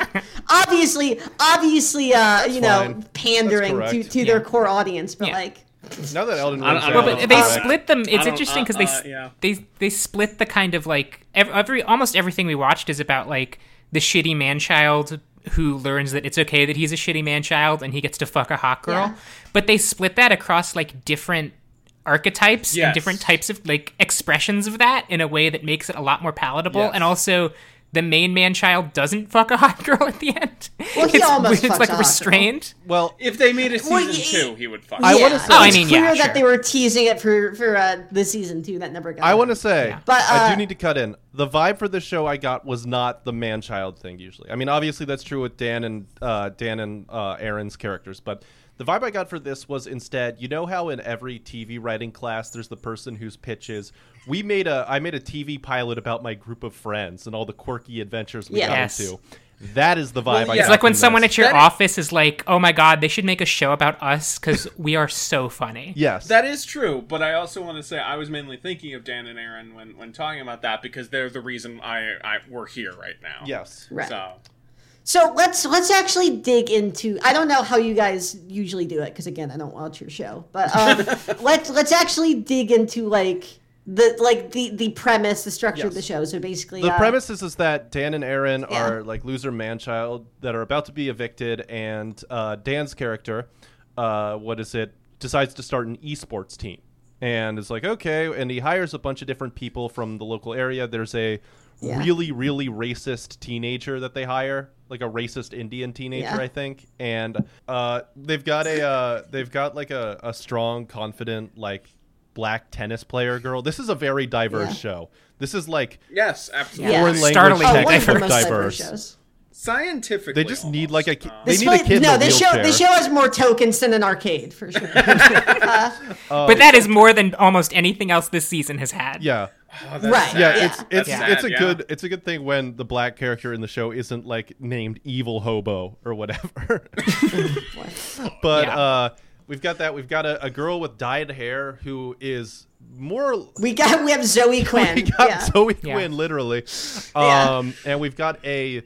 C: obviously, obviously, uh, you know,
A: fine.
C: pandering
A: That's
C: to,
A: correct.
C: to
D: Yeah.
C: their core audience, but
D: Yeah.
C: like.
A: Now that Elden
B: I
A: Ring's
B: don't- I
A: out,
B: don't
D: Well,
B: Uh,
D: but they
B: uh,
D: split them.
B: I
D: It's
B: don't-
D: interesting because
B: uh,
D: they
B: uh,
D: s
B: yeah.
D: they they split the kind of like every, every almost everything we watched is about like the shitty man child who learns that it's okay that he's a shitty man child and he gets to fuck a hot girl.
C: Yeah.
D: But they split that across like different archetypes and
B: Yes.
D: different types of like expressions of that in a way that makes it a lot more palatable
A: Yes.
D: and also. The main man child doesn't fuck a hot girl at the end.
C: Well, he
D: it's,
C: almost
D: it's
C: fucks a
D: like
C: hot girl.
D: restrained.
A: well,
B: If they made a season
C: Well, y-
B: two, he would fuck.
A: I
C: yeah,
A: wanna say-
D: Oh, I
C: it's
D: mean,
C: clear
D: yeah,
C: that
D: sure.
C: they were teasing it for for uh, the season two that never got.
A: I want to say,
C: But,
A: I
C: uh,
A: do need to cut in. The vibe for this show I got was not the man-child thing. Usually, I mean, obviously that's true with Dan and uh, Dan and uh, Aaron's characters, but the vibe I got for this was instead, you know how in every TV writing class, there's the person whose pitch is, "We made a, I made a TV pilot about my group of friends and all the quirky adventures we
C: Yeah.
A: got
D: Yes.
A: into." That is the vibe.
B: Well,
A: I
B: yeah.
A: got
D: It's like when
A: from
D: someone
A: this.
D: at your
B: That-
D: office is like, "Oh my god, they should make a show about us because we are so funny."
A: yes,
B: That is true, but I also want to say I was mainly thinking of Dan and Aaron when, when talking about that because they're the reason I, I we're here right now.
A: yes,
C: Right.
B: So
C: So let's let's actually dig into. I don't know how you guys usually do it because again, I don't watch your show. But um, let's let's actually dig into like the like the the premise, the structure of the
A: Yes.
C: show. So basically,
A: The
C: uh,
A: premise is, is that Dan and Aaron
C: Yeah.
A: are like loser man child that are about to be evicted, and uh, Dan's character, uh, what is it, decides to start an esports team. And is like, okay, and he hires a bunch of different people from the local area. There's a
C: Yeah.
A: really, really racist teenager that they hire, like a racist Indian teenager,
C: Yeah.
A: I think. And uh, they've got a uh, they've got like a, a strong, confident, like black tennis player girl. This is a very diverse
C: Yeah.
A: show. This is like
B: yes, absolutely.
C: Yeah.
A: foreign language
D: Startly
C: oh, one of the
A: textbook
D: diverse.
C: most diverse shows.
B: Scientifically,
A: They just need, like,
B: almost,
A: a ki-
B: uh,
A: They
C: This
A: need a
C: one-
A: kid in
C: no,
A: a
C: this show
A: wheelchair.
C: this show has more tokens than an arcade for
D: Oh,
C: sure.
D: but that is more than almost anything else this season has had.
A: yeah.
B: oh, that's
C: Right.
B: sad.
A: Yeah,
C: Yeah.
A: it's it's
B: That's
A: it's
B: sad,
A: a
B: yeah.
A: good it's a good thing when the black character in the show isn't like named evil hobo or whatever. but
D: Yeah.
A: uh we've got that we've got a, a girl with dyed hair who is more
C: we got we have Zoe Quinn.
A: we got
C: yeah.
A: Zoe
D: Yeah.
A: Quinn literally.
C: Yeah.
A: Um and we've got a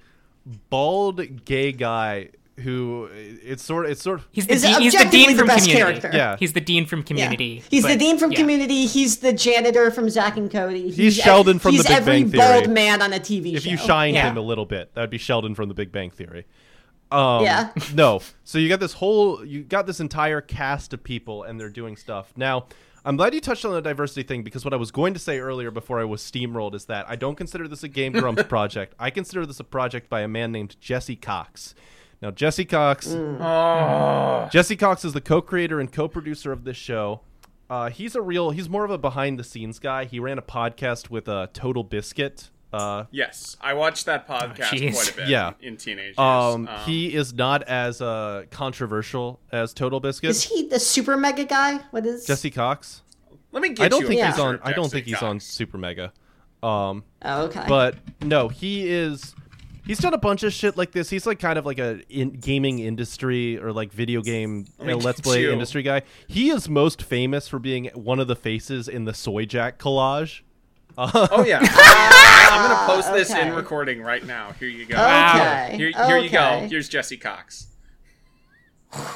A: bald gay guy who it's sort it's sort
D: he's the,
C: is
D: de- he's the
C: objectively
D: dean
C: the
D: from
C: best
D: Community.
C: character.
A: Yeah.
D: he's the dean from
C: Yeah.
D: Community.
C: He's the
D: but-
C: dean from
D: yeah.
C: Community. He's the janitor from Zack and Cody. He's, e,
A: Sheldon from
C: he's
A: The Big
C: every
A: Bang
C: bald
A: Theory.
C: man on a TV
A: if
C: show.
A: you shine
D: Yeah.
A: him a little bit, that would be Sheldon from The Big Bang Theory. Um,
C: Yeah.
A: no. So you got this whole, you got this entire cast of people, and they're doing stuff. Now, I'm glad you touched on the diversity thing because what I was going to say earlier before I was steamrolled is that I don't consider this a Game Grumps project. I consider this a project by a man named Jesse Cox. Now, Jesse Cox, Jesse Cox is the co-creator and co-producer of this show. Uh, he's a real, he's more of a behind-the-scenes guy. He ran a podcast with uh, Total Biscuit. Uh,
B: Yes, I watched that podcast
D: jeez.
B: quite a bit.
A: Yeah.
B: in teenage years.
A: Um, he is not as uh, controversial as Total Biscuit.
C: Is he the super mega guy? What is
A: Jesse Cox.
B: let me get
A: I don't
B: you a
A: think
C: Yeah.
A: he's
B: picture
A: on.
B: of
A: I don't
B: Jackson
A: think he's on
B: Cox.
A: Super Mega. Um,
C: Oh, okay.
A: but no, he is. He's done a bunch of shit like this. He's like kind of like a in gaming industry or like video game
B: Let me
A: uh, let's
B: get
A: play
B: you.
A: industry guy. He is most famous for being one of the faces in the Soy Jack collage.
B: Oh yeah, I'm gonna post this
C: okay.
B: in recording right now. Here you go.
D: Wow.
C: okay.
B: Here, here you go.
C: okay.
B: Here's Jesse Cox.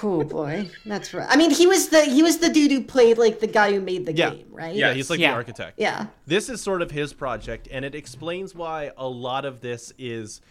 C: Oh boy, that's right. I mean, he was the he was the dude who played like the guy who made the
A: Yeah.
C: game, right?
A: Yeah, he's like
D: Yeah.
A: the architect.
C: yeah.
A: this is sort of his project and it explains why a lot of this is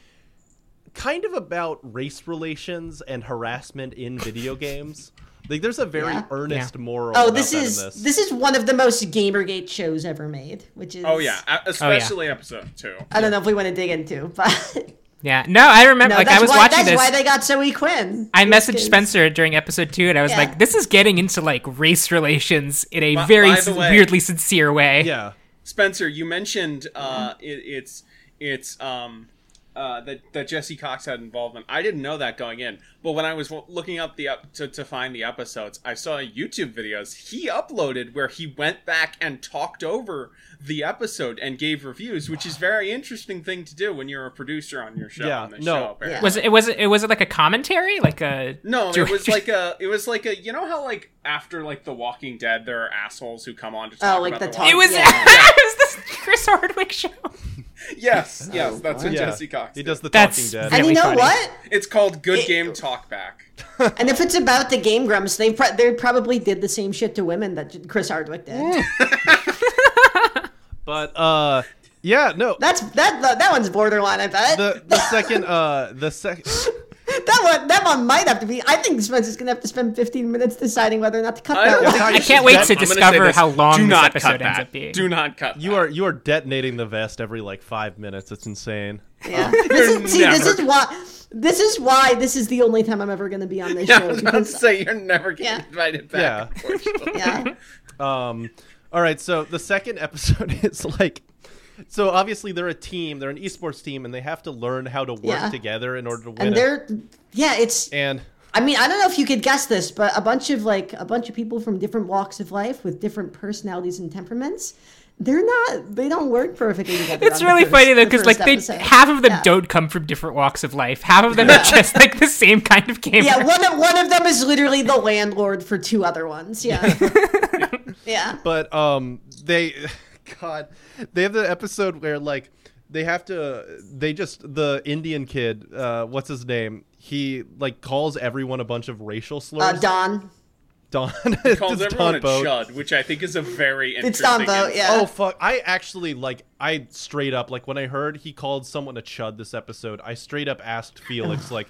A: kind of about race relations and harassment in video games. Like, there's a very
C: Yeah.
A: earnest moral.
C: Oh,
A: about
C: this
A: that in
C: is
A: this.
C: this is one of the most GamerGate shows ever made, which is
B: Oh yeah, a- especially episode two.
C: I don't know if we want to dig into, but
D: Yeah. No, I remember.
C: no,
D: like
C: that's
D: I was
C: why
D: watching
C: that's
D: this.
C: why they got Zoe Quinn.
D: I
C: It's
D: messaged
C: 'cause-
D: Spencer during episode two, and I was
C: Yeah.
D: like, "This is getting into like race relations in a
B: By-
D: very
B: by the
D: s-
B: way-
D: weirdly sincere way."
A: yeah.
B: Spencer, you mentioned uh,
C: Mm-hmm.
B: it, it's it's um, uh, that that Jesse Cox had involvement. I didn't know that going in, but when I was w- looking up the up to, to find the episodes, I saw YouTube videos he uploaded where he went back and talked over the episode and gave reviews, which is very interesting thing to do when you're a producer on your show.
A: Yeah,
B: on this
A: no.
B: show, apparently.
C: Yeah.
D: Was it, it was it, was it like a commentary, like a
B: No, it
D: Direct-
B: was like a. It was like a. You know how like after like The Walking Dead, there are assholes who come on to talk
C: Oh, like
B: about
C: the
B: the
C: talk-
D: It
B: Walking-
D: was
C: Yeah.
D: it was this Chris Hardwick show.
B: Yes,
C: Oh,
B: yes, that's what
A: Yeah.
B: Jesse Cox.
A: He
B: did.
A: does the
D: That's-
A: Talking Dead.
C: And you
D: really
C: know
D: funny.
C: what?
B: It's called Good
C: It-
B: Game Talk Back.
C: And if it's about the Game Grumps, they pro- they probably did the same shit to women that J- Chris Hardwick
D: Mm.
C: did.
A: But uh, yeah, no.
C: That's that that, that one's borderline. I bet
A: The the second uh the second
C: that one that one might have to be. I think Spencer's gonna have to spend 15 minutes deciding whether or not to cut
B: I
C: that
B: don't
C: one.
B: think
D: I
B: you should
D: can't wait
B: cut-
D: to
B: I'm gonna say
D: discover
B: this.
D: how long
B: Do
D: this
B: not
D: episode
B: cut
D: ends
B: that.
D: up being.
B: Do not cut.
A: you are you are detonating the vest every like five minutes. It's insane.
C: Yeah. This is, see, this
B: never-
C: is why. This is why this is the only time I'm ever going to be on this
B: Yeah, I
C: show.
B: was about to
C: because-
B: say you're never getting
C: Yeah.
B: invited back.
A: Yeah.
B: unfortunately.
C: yeah.
A: Um, all right, so the second episode is like, so obviously they're a team, they're an esports team, and they have to learn how to work
C: Yeah.
A: together in order to win.
C: And
A: a-
C: they're, yeah, it's.
A: and
C: I mean, I don't know if you could guess this, but a bunch of like a bunch of people from different walks of life with different personalities and temperaments, they're not. They don't work perfectly together.
D: It's
C: on the
D: really
C: first-
D: funny though,
C: the
D: because
C: first
D: like they
C: episode.
D: half of them
C: Yeah.
D: don't come from different walks of life. Half of them are just like the same kind of gamer.
C: Yeah, one of one of them is literally the landlord for two other ones. Yeah. yeah.
A: but um, they, God, they have the episode where like they have to, they just the Indian kid, uh, what's his name? He like calls everyone a bunch of racial slurs.
C: Uh, Don.
A: Don
B: Calls
A: It's
B: everyone
A: Don
B: a
A: Boat.
B: chud, which I think is a very interesting.
C: It's Don Boat.
B: insight.
C: Yeah.
A: Oh fuck! I actually like I straight up like when I heard he called someone a chud this episode, I straight up asked Felix like,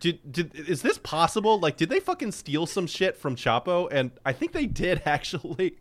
A: did did is this possible? Like, did they fucking steal some shit from Chapo? And I think they did actually.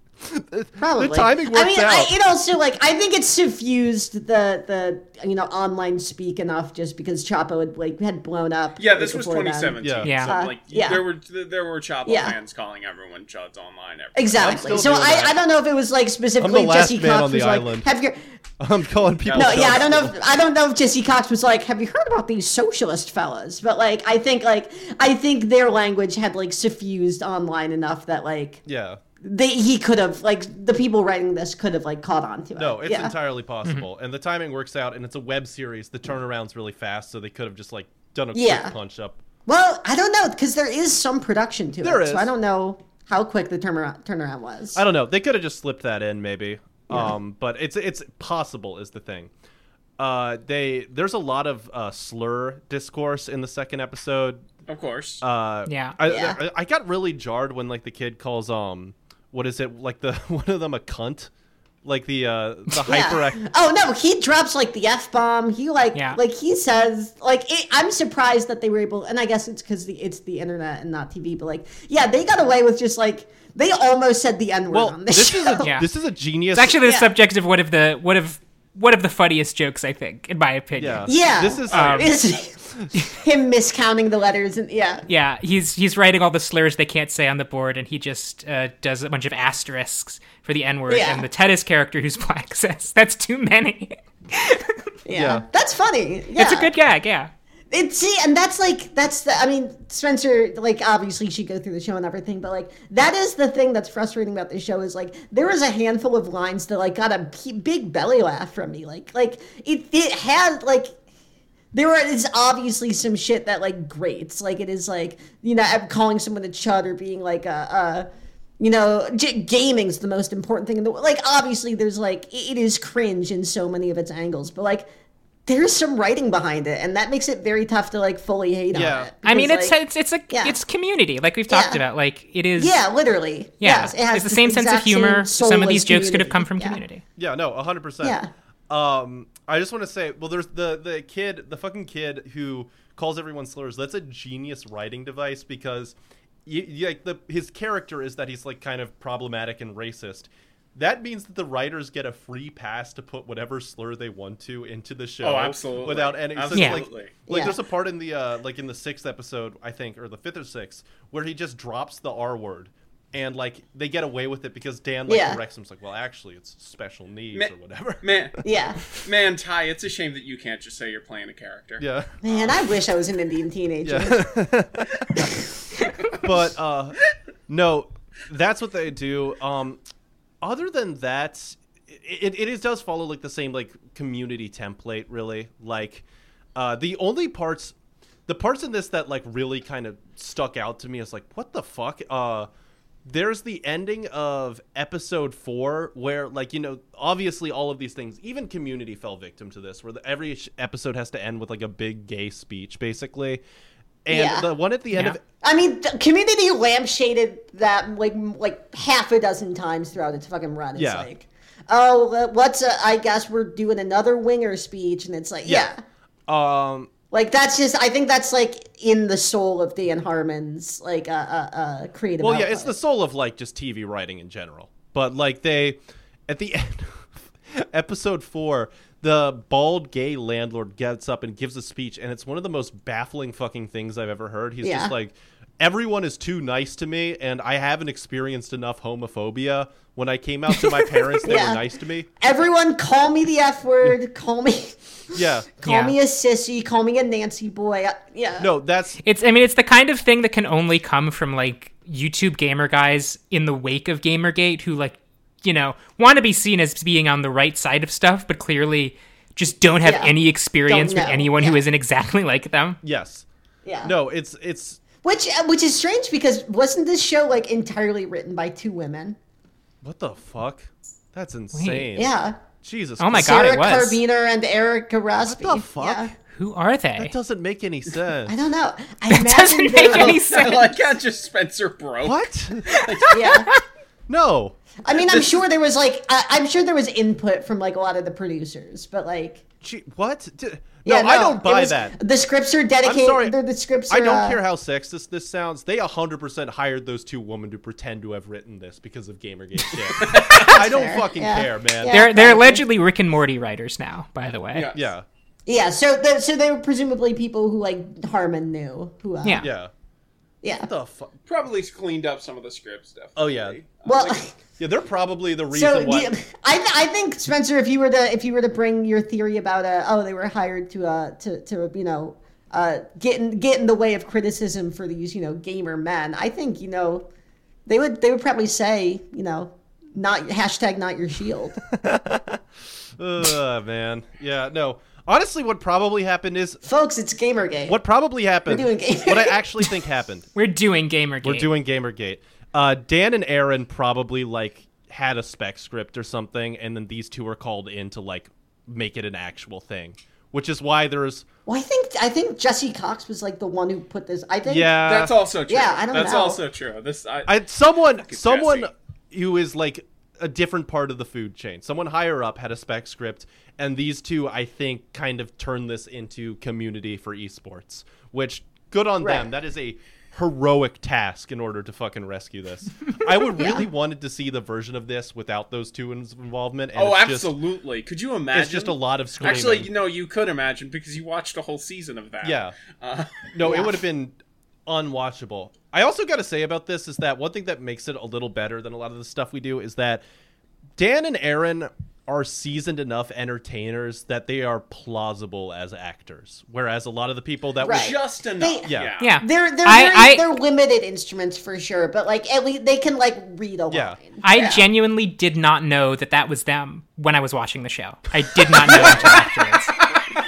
A: The-
C: Probably.
A: The timing works
C: I mean,
A: out.
C: I, it also like I think it suffused the the you know online speak enough just because Chapo had like had blown up.
B: Yeah,
C: right
B: this was
C: before then.
B: 2017.
A: Yeah.
D: Yeah.
B: so, like
C: Uh, yeah.
B: there were there were Chapo
C: Yeah.
B: fans calling everyone chuds online. Every
C: Exactly.
A: I'm still
C: So
A: doing
C: I,
A: that.
C: I don't know if it was like specifically
A: last
C: Jesse
A: man
C: Cox
A: on the
C: was like
A: island.
C: have your
A: I'm calling people.
C: no
A: chuds.
C: yeah I don't know if, I don't know if Jesse Cox was like have you heard about these socialist fellas but like I think like I think their language had like suffused online enough that like
A: Yeah.
C: they he could have like the people writing this could have like caught on to it.
A: No, it's
C: yeah. Mm-hmm.
A: entirely possible, and the timing works out, and it's a web series. The turnaround's really fast, so they could have just like done a
C: Yeah.
A: quick punch up.
C: Well, I don't know because there is some production to
A: There
C: it,
A: is.
C: so I don't know how quick the turnaround turnaround was.
A: I don't know. They could have just slipped that in, maybe. Um, but it's it's possible is the thing. Uh, they there's a lot of uh, slur discourse in the second episode.
B: of course.
A: Uh,
D: Yeah.
A: I,
C: Yeah.
A: I, I got really jarred when like the kid calls um, what is it like the one of them a cunt, like the uh the
C: Yeah.
A: hyperact.
C: Oh no, he drops like the f bomb. He like
D: Yeah.
C: like he says like it, I'm surprised that they were able, and I guess it's because the, it's the internet and not TV. But like, yeah, they got away with just like they almost said the n word
A: Well,
C: on this,
A: this
C: show.
A: is a
D: Yeah.
A: this is a genius.
D: It's actually the
C: Yeah.
D: subject of one of the one of one of the funniest jokes I think, in my opinion.
A: yeah
C: Yeah.
A: This is
D: Um,
C: It's- him miscounting the letters and yeah.
D: Yeah, he's he's writing all the slurs they can't say on the board, and he just uh, does a bunch of asterisks for the N word.
C: Yeah.
D: And the Tennis character who's black says that's too many.
C: yeah,
A: Yeah.
C: That's funny. Yeah.
D: It's a good gag, yeah.
C: It see, and that's like that's the. I mean, Spencer, like obviously she'd go through the show and everything, but like that is the thing that's frustrating about this show is like there was a handful of lines that like got a p- big belly laugh from me. Like like it it had like. There is obviously some shit that like grates, like it is like you know I'm calling someone a chud or being like a, a you know j- gaming's the most important thing in the world. Like obviously there's like it- it is cringe in so many of its angles, but like there's some writing behind it, and that makes it very tough to like fully hate
A: Yeah.
C: on it.
D: I mean,
C: Because,
D: it's
C: like,
D: it's it's a
C: yeah.
D: it's community, like we've talked
C: Yeah.
D: about. Like it is.
C: yeah, literally.
D: Yeah,
C: yes, it has
D: it's the
C: this
D: same sense of
C: exact same
D: humor. Some of
C: soulless
D: these jokes could have
C: community.
D: come from
C: Yeah.
D: community.
A: yeah no hundred percent.
C: Yeah.
A: Um, I just want to say, well, there's the the kid, the fucking kid who calls everyone slurs. That's a genius writing device because, you, you- like, the his character is that he's like kind of problematic and racist. That means that the writers get a free pass to put whatever slur they want to into the show,
B: Oh, absolutely.
A: without any. so it's
B: Absolutely.
A: like, like
C: Yeah.
A: there's a part in the uh, like in the sixth episode, I think, or the fifth or sixth, where he just drops the R word, and like they get away with it because Dan like
C: Yeah.
A: corrects him's like, well, actually, it's special needs
B: Ma-
A: or whatever.
B: Man,
C: Yeah.
B: man, Ty, it's a shame that you can't just say you're playing a character.
A: Yeah.
C: Man, I wish I was an Indian teenager.
A: Yeah. but uh no, that's what they do. Um other than that, it, it, it is- does follow like the same like community template really. Like uh the only parts the parts in this that like really kind of stuck out to me is like what the fuck uh there's the ending of episode four where like you know obviously all of these things even community fell victim to this where the, every sh- episode has to end with like a big gay speech basically and
C: Yeah.
A: the one at the end of
C: I mean, the community lampshaded that like m- like half a dozen times throughout its fucking run. It's
A: Yeah.
C: like, oh, uh, what's a, I guess we're doing another winger speech, and it's like,
A: Yeah.
C: yeah.
A: um
C: Like that's just I think that's like in the soul of Dan Harmon's like uh, uh, uh, creative.
A: well yeah it's the
C: output.
A: soul of like just tv writing in general but like they at the end of episode four the bald gay landlord gets up and gives a speech and it's one of the most baffling fucking things i've ever heard he's
C: Yeah.
A: just like everyone is too nice to me and i haven't experienced enough homophobia when i came out to my parents they
C: Yeah.
A: were nice to me
C: everyone call me the F word, call me
A: yeah
C: call
D: Yeah.
C: me a sissy, call me a Nancy boy. uh, Yeah,
A: no that's
D: It's I mean it's the kind of thing that can only come from like YouTube gamer guys in the wake of Gamergate who like you know want to be seen as being on the right side of stuff but clearly just don't have
C: Yeah.
D: any experience
C: Don't
D: with
C: know.
D: anyone who
C: Yeah.
D: isn't exactly like them.
A: yes
C: yeah,
A: no it's it's
C: Which uh, which is strange because wasn't this show like entirely written by two women?
A: what the fuck that's insane
C: Yeah,
A: jesus
D: Oh my
A: Christ.
D: God, it
C: Sarah
D: was.
C: Carbiner and Erica Raspi.
A: what the fuck
C: Yeah.
D: Who are they?
A: that doesn't make any sense
C: I don't know. I imagine
D: doesn't
C: they're
D: make any
C: like-
B: I
D: sense.
B: like how just Spencer broke.
A: what
C: Yeah.
A: no
C: I mean, I'm sure there was like, I, I'm sure there was input from like a lot of the producers, but like,
A: Gee, what? D- no,
C: yeah,
A: I don't
C: it
A: buy
C: was-
A: that.
C: The scripts are dedicated.
A: sorry.
C: they're- The scripts. Are,
A: I don't
C: uh,
A: care how sexist this sounds. They 100% hired those two women to pretend to have written this because of Gamergate shit. I don't
C: fair.
A: fucking
C: Yeah.
A: care, man.
C: Yeah.
D: They're they're
C: probably.
D: allegedly Rick and Morty writers now, by the way.
B: Yeah.
A: Yeah.
C: Yeah. So, the, so they were presumably people who like Harmon knew. Who? Uh,
D: Yeah.
A: Yeah.
C: Yeah.
A: What the fuck?
B: Probably cleaned up some of the script stuff.
A: Oh, yeah.
C: Well.
A: Yeah, they're probably the reason
C: So
A: why.
C: do you- I, th- I think Spencer, if you were to if you were to bring your theory about uh, oh they were hired to uh to, to you know uh get in, get in the way of criticism for these you know gamer men, I think you know they would they would probably say you know not hashtag not your shield.
A: Ugh, man. Yeah, no. Honestly, what probably happened is.
C: Folks, it's Gamergate.
A: What probably happened.
C: We're doing Gamergate.
A: what I actually think happened.
D: We're doing Gamergate.
A: We're doing Gamergate. Uh, Dan and Aaron probably like had a spec script or something, and then these two were called in to like make it an actual thing, which is why there's
C: Well, I think I think Jesse Cox was like the one who put this. I think
A: yeah.
B: That's also true.
C: yeah, I don't
B: That's
C: know.
B: also true. This I,
A: Uh, I someone someone
B: Jesse.
A: who is like a different part of the food chain, someone higher up had a spec script, and these two I think kind of turned this into community for esports, which good on them.
C: Right.
A: That is a heroic task in order to fucking rescue this. I would really wanted to see the version of this without those two in- involvement. And
B: oh,
A: it's
B: absolutely. Could you
A: Just,
B: imagine?
A: it's just a lot of screaming.
B: Actually, you know, you could imagine because you watched a whole season of that.
A: Yeah.
B: Uh,
A: No, it
C: Yeah.
A: would have been unwatchable. I also got to say about this is that one thing that makes it a little better than a lot of the stuff we do is that Dan and Aaron are seasoned enough entertainers that they are plausible as actors, whereas a lot of the people that
C: Right.
B: just enough.
A: Yeah.
D: Yeah.
C: They're they're
D: I-
C: very,
D: I-
C: they're limited instruments for sure, but like at least they can like read a
A: Yeah.
C: line.
D: I genuinely did not know that that was them when I was watching the show. I did not know until afterwards.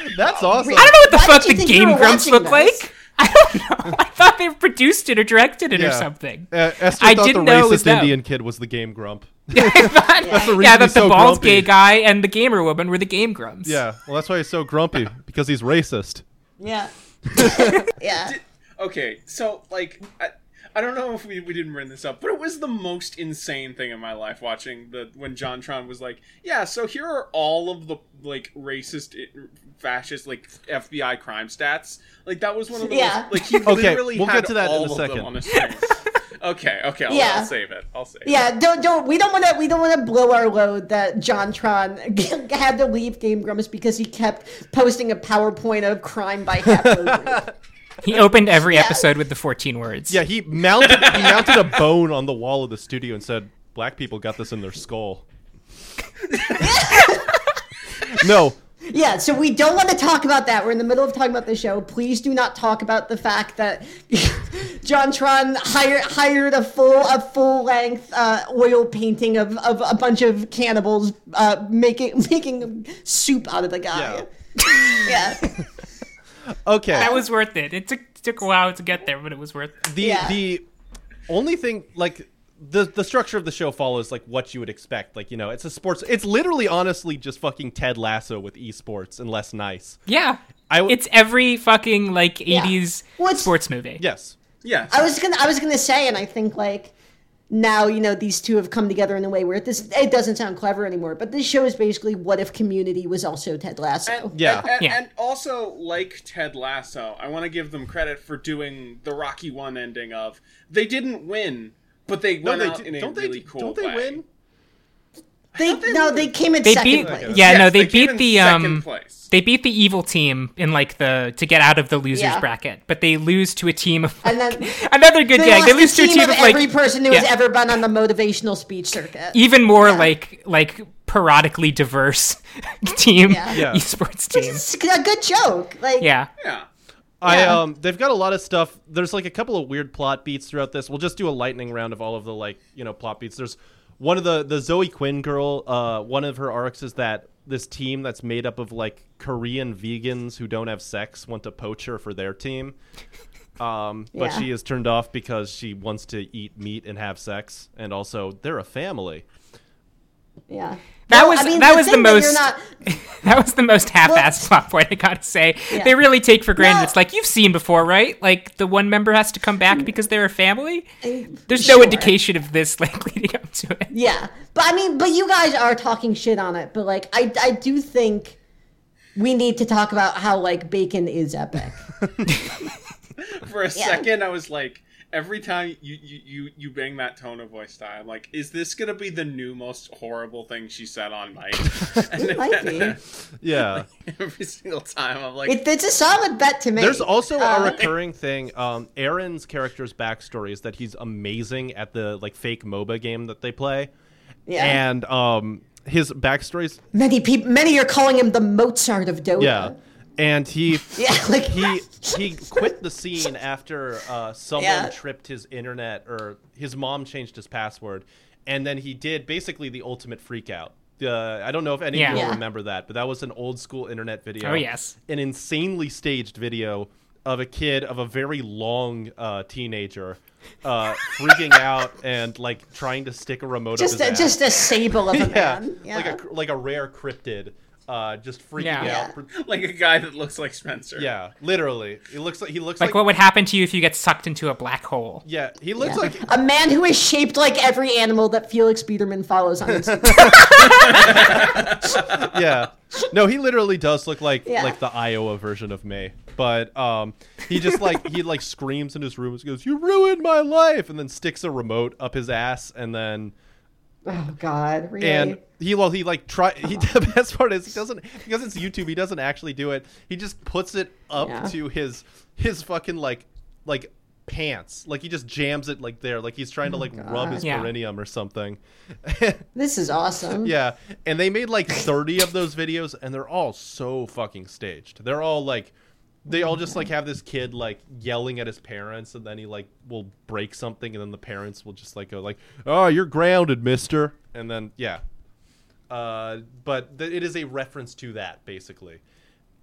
A: we, that's awesome.
D: I don't know
C: Why did you
D: what the fuck the
C: think you were
D: Game Grumps
C: watching
D: look
C: this?
D: like. I don't know. I thought they produced it or directed it or
A: Yeah.
D: something.
A: Uh, Esther
D: I
A: thought
D: didn't
A: the
D: know it was
A: racist
D: them.
A: Indian kid was the game grump.
D: I thought,
A: the reason
D: yeah, that
A: he's so
D: the bald
A: grumpy.
D: gay guy and the gamer woman were the Game Grumps.
A: Yeah, well, that's why he's so grumpy because he's racist.
C: Yeah. yeah.
B: Okay, so like, I, I don't know if we, we didn't bring this up, but it was the most insane thing in my life watching the when JonTron was like, "Yeah, so here are all of the like racist, i- fascist, like FBI crime stats." Like that was one of the
C: Yeah.
B: most, like he
A: Okay,
B: literally
A: we'll get
B: had
A: to that in a
B: all of them
A: second.
B: on his face. okay, okay, I'll,
C: Yeah.
B: I'll save it. I'll save it.
C: Yeah, don't don't we don't want to we don't want to blow our load that JonTron had to leave Game Grumps because he kept posting a PowerPoint of crime by half.
D: He opened every episode with the 14 words.
A: Yeah, he mounted he mounted a bone on the wall of the studio and said, "Black people got this in their skull." no,
C: Yeah, so we don't want to talk about that. We're in the middle of talking about the show. Please do not talk about the fact that JonTron hired hired a full a full length uh, oil painting of, of a bunch of cannibals uh, making making soup out of the guy. Yeah.
A: okay.
D: That was worth it. It took took a while to get there, but it was worth it.
A: the
C: Yeah.
A: the only thing like the the structure of the show follows like what you would expect. Like you know, it's a sports. It's literally honestly just fucking Ted Lasso with esports and less nice.
D: Yeah.
A: I w-
D: it's every fucking like 80s
C: Well, it's-
D: sports movie.
A: Yes.
B: Yeah,
C: I was gonna I was gonna say, and I think like now you know these two have come together in a way where it, does, it doesn't sound clever anymore. But this show is basically what if Community was also Ted Lasso.
B: And,
A: Yeah.
B: and- and-
D: Yeah.
B: and also, like Ted Lasso, I want to give them credit for doing the Rocky One ending of they didn't win, but they
A: No,
B: went
A: they
B: out
A: di-
B: in a
A: don't they
B: really
A: di-
B: cool
A: don't they
B: way.
A: win?
C: they
B: they
C: no,
B: were-
C: they came in
D: They
C: second
D: beat
C: place.
D: Yeah,
B: Yes,
D: no, they,
B: they came
D: beat
B: in
D: the
B: second
D: um
B: place.
D: they beat the evil team in like the to get out of the losers
C: Yeah.
D: bracket, but they lose to a team of
C: And then
D: another good
C: they
D: gag.
C: lost
D: They lose
C: a
D: to a
C: team,
D: team
C: of,
D: of
C: every
D: like
C: person who has
D: yeah.
C: ever been on the motivational speech circuit.
D: even more like like parodically diverse team
C: Yeah.
A: Yeah.
D: esports team.
C: It's a good joke. Like
D: Yeah.
B: Yeah.
A: I
C: Yeah.
A: um they've got a lot of stuff. There's like a couple of weird plot beats throughout this. We'll just do a lightning round of all of the like, you know, plot beats. There's one of the the Zoe Quinn girl, uh one of her arcs is that this team that's made up of like Korean vegans who don't have sex want to poach her for their team. Um, but
C: Yeah.
A: she is turned off because she wants to eat meat and have sex and also they're a family.
C: yeah.
D: That
C: Well,
D: was-
C: I mean,
D: that was the
C: thing that you're
D: most-
C: not-
D: That was the most half-assed plot point I gotta say.
C: Yeah.
D: They really take for granted.
C: No.
D: It's like you've seen before, right? Like the one member has to come back because they're a family. There's
C: Mm. Uh,
D: no
C: sure.
D: indication of this like leading up to it.
C: Yeah, but I mean, but you guys are talking shit on it. But like, I I do think we need to talk about how like bacon is epic.
B: For a second, I was like, every time you, you you you bang that tone of voice, Ty, I'm like, is this gonna be the new most horrible thing she said on mic? And
C: It might be.
A: Yeah.
B: every single time, I'm like,
C: It, it's a solid bet to make.
A: There's also
C: Uh,
A: a recurring thing. Um, Aaron's character's backstory is that he's amazing at the like fake MOBA game that they play,
C: Yeah.
A: and um, his backstory's
C: many people. Many are calling him the Mozart of Dota.
A: yeah, and he
C: Yeah, like
A: he he quit the scene after uh, someone
C: Yeah.
A: tripped his internet or his mom changed his password, and then he did basically the ultimate freak out. Uh, I don't know if any
D: Yeah.
A: of you
C: Yeah.
A: remember that, but that was an old school internet video.
D: Oh, yes.
A: an insanely staged video of a kid of a very long uh, teenager uh, freaking out and like trying to stick a remote
C: just
A: up his
C: a,
A: ass.
C: just a sable of a
A: yeah,
C: man. Yeah.
A: like a like a rare cryptid, uh, just freaking
D: Yeah.
A: out.
C: Yeah.
B: like a guy that looks like Spencer.
A: Yeah, literally. He looks like he looks
D: Like,
A: like,
D: what would happen to you if you get sucked into a black hole?
A: yeah, he looks
C: Yeah.
A: like
C: a man who is shaped like every animal that Felix Biederman follows on Instagram.
A: yeah. No, he literally does look like
C: Yeah.
A: like the Iowa version of me. But um he just like he like screams in his room and goes, "You ruined my life." and then sticks a remote up his ass and then
C: oh God, really?
A: and he well he like try he the best part is he doesn't because it's YouTube he doesn't actually do it he just puts it up
C: Yeah.
A: to his his fucking like like pants like he just jams it like there like he's
C: Oh
A: trying to like rub his
D: Yeah.
A: perineum or something
C: this is awesome.
A: yeah and they made like 30 of those videos and they're all so fucking staged they're all like they all just like have this kid like yelling at his parents and then he like will break something and then the parents will just like go like oh you're grounded mister and then yeah uh, but th- it is a reference to that basically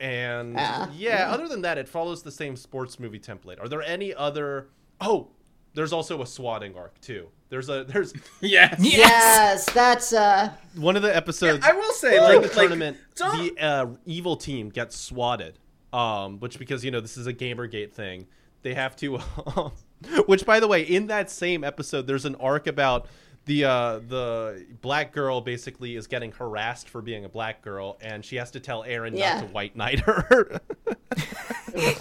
A: and
C: Ah,
A: yeah, other than that it follows the same sports movie template are there any other oh there's also a swatting arc too there's a there's
B: Yes.
D: Yeah.
C: Yes, that's uh.
A: one of the episodes
B: I will say,
A: during
B: like,
A: the
B: like,
A: tournament,
B: don't-
A: the uh, evil team gets swatted. Um, which because you know this is a GamerGate thing, they have to. Which, by the way, in that same episode, there's an arc about the uh, the black girl basically is getting harassed for being a black girl, and she has to tell Aaron
C: Yeah.
A: not to white knight her.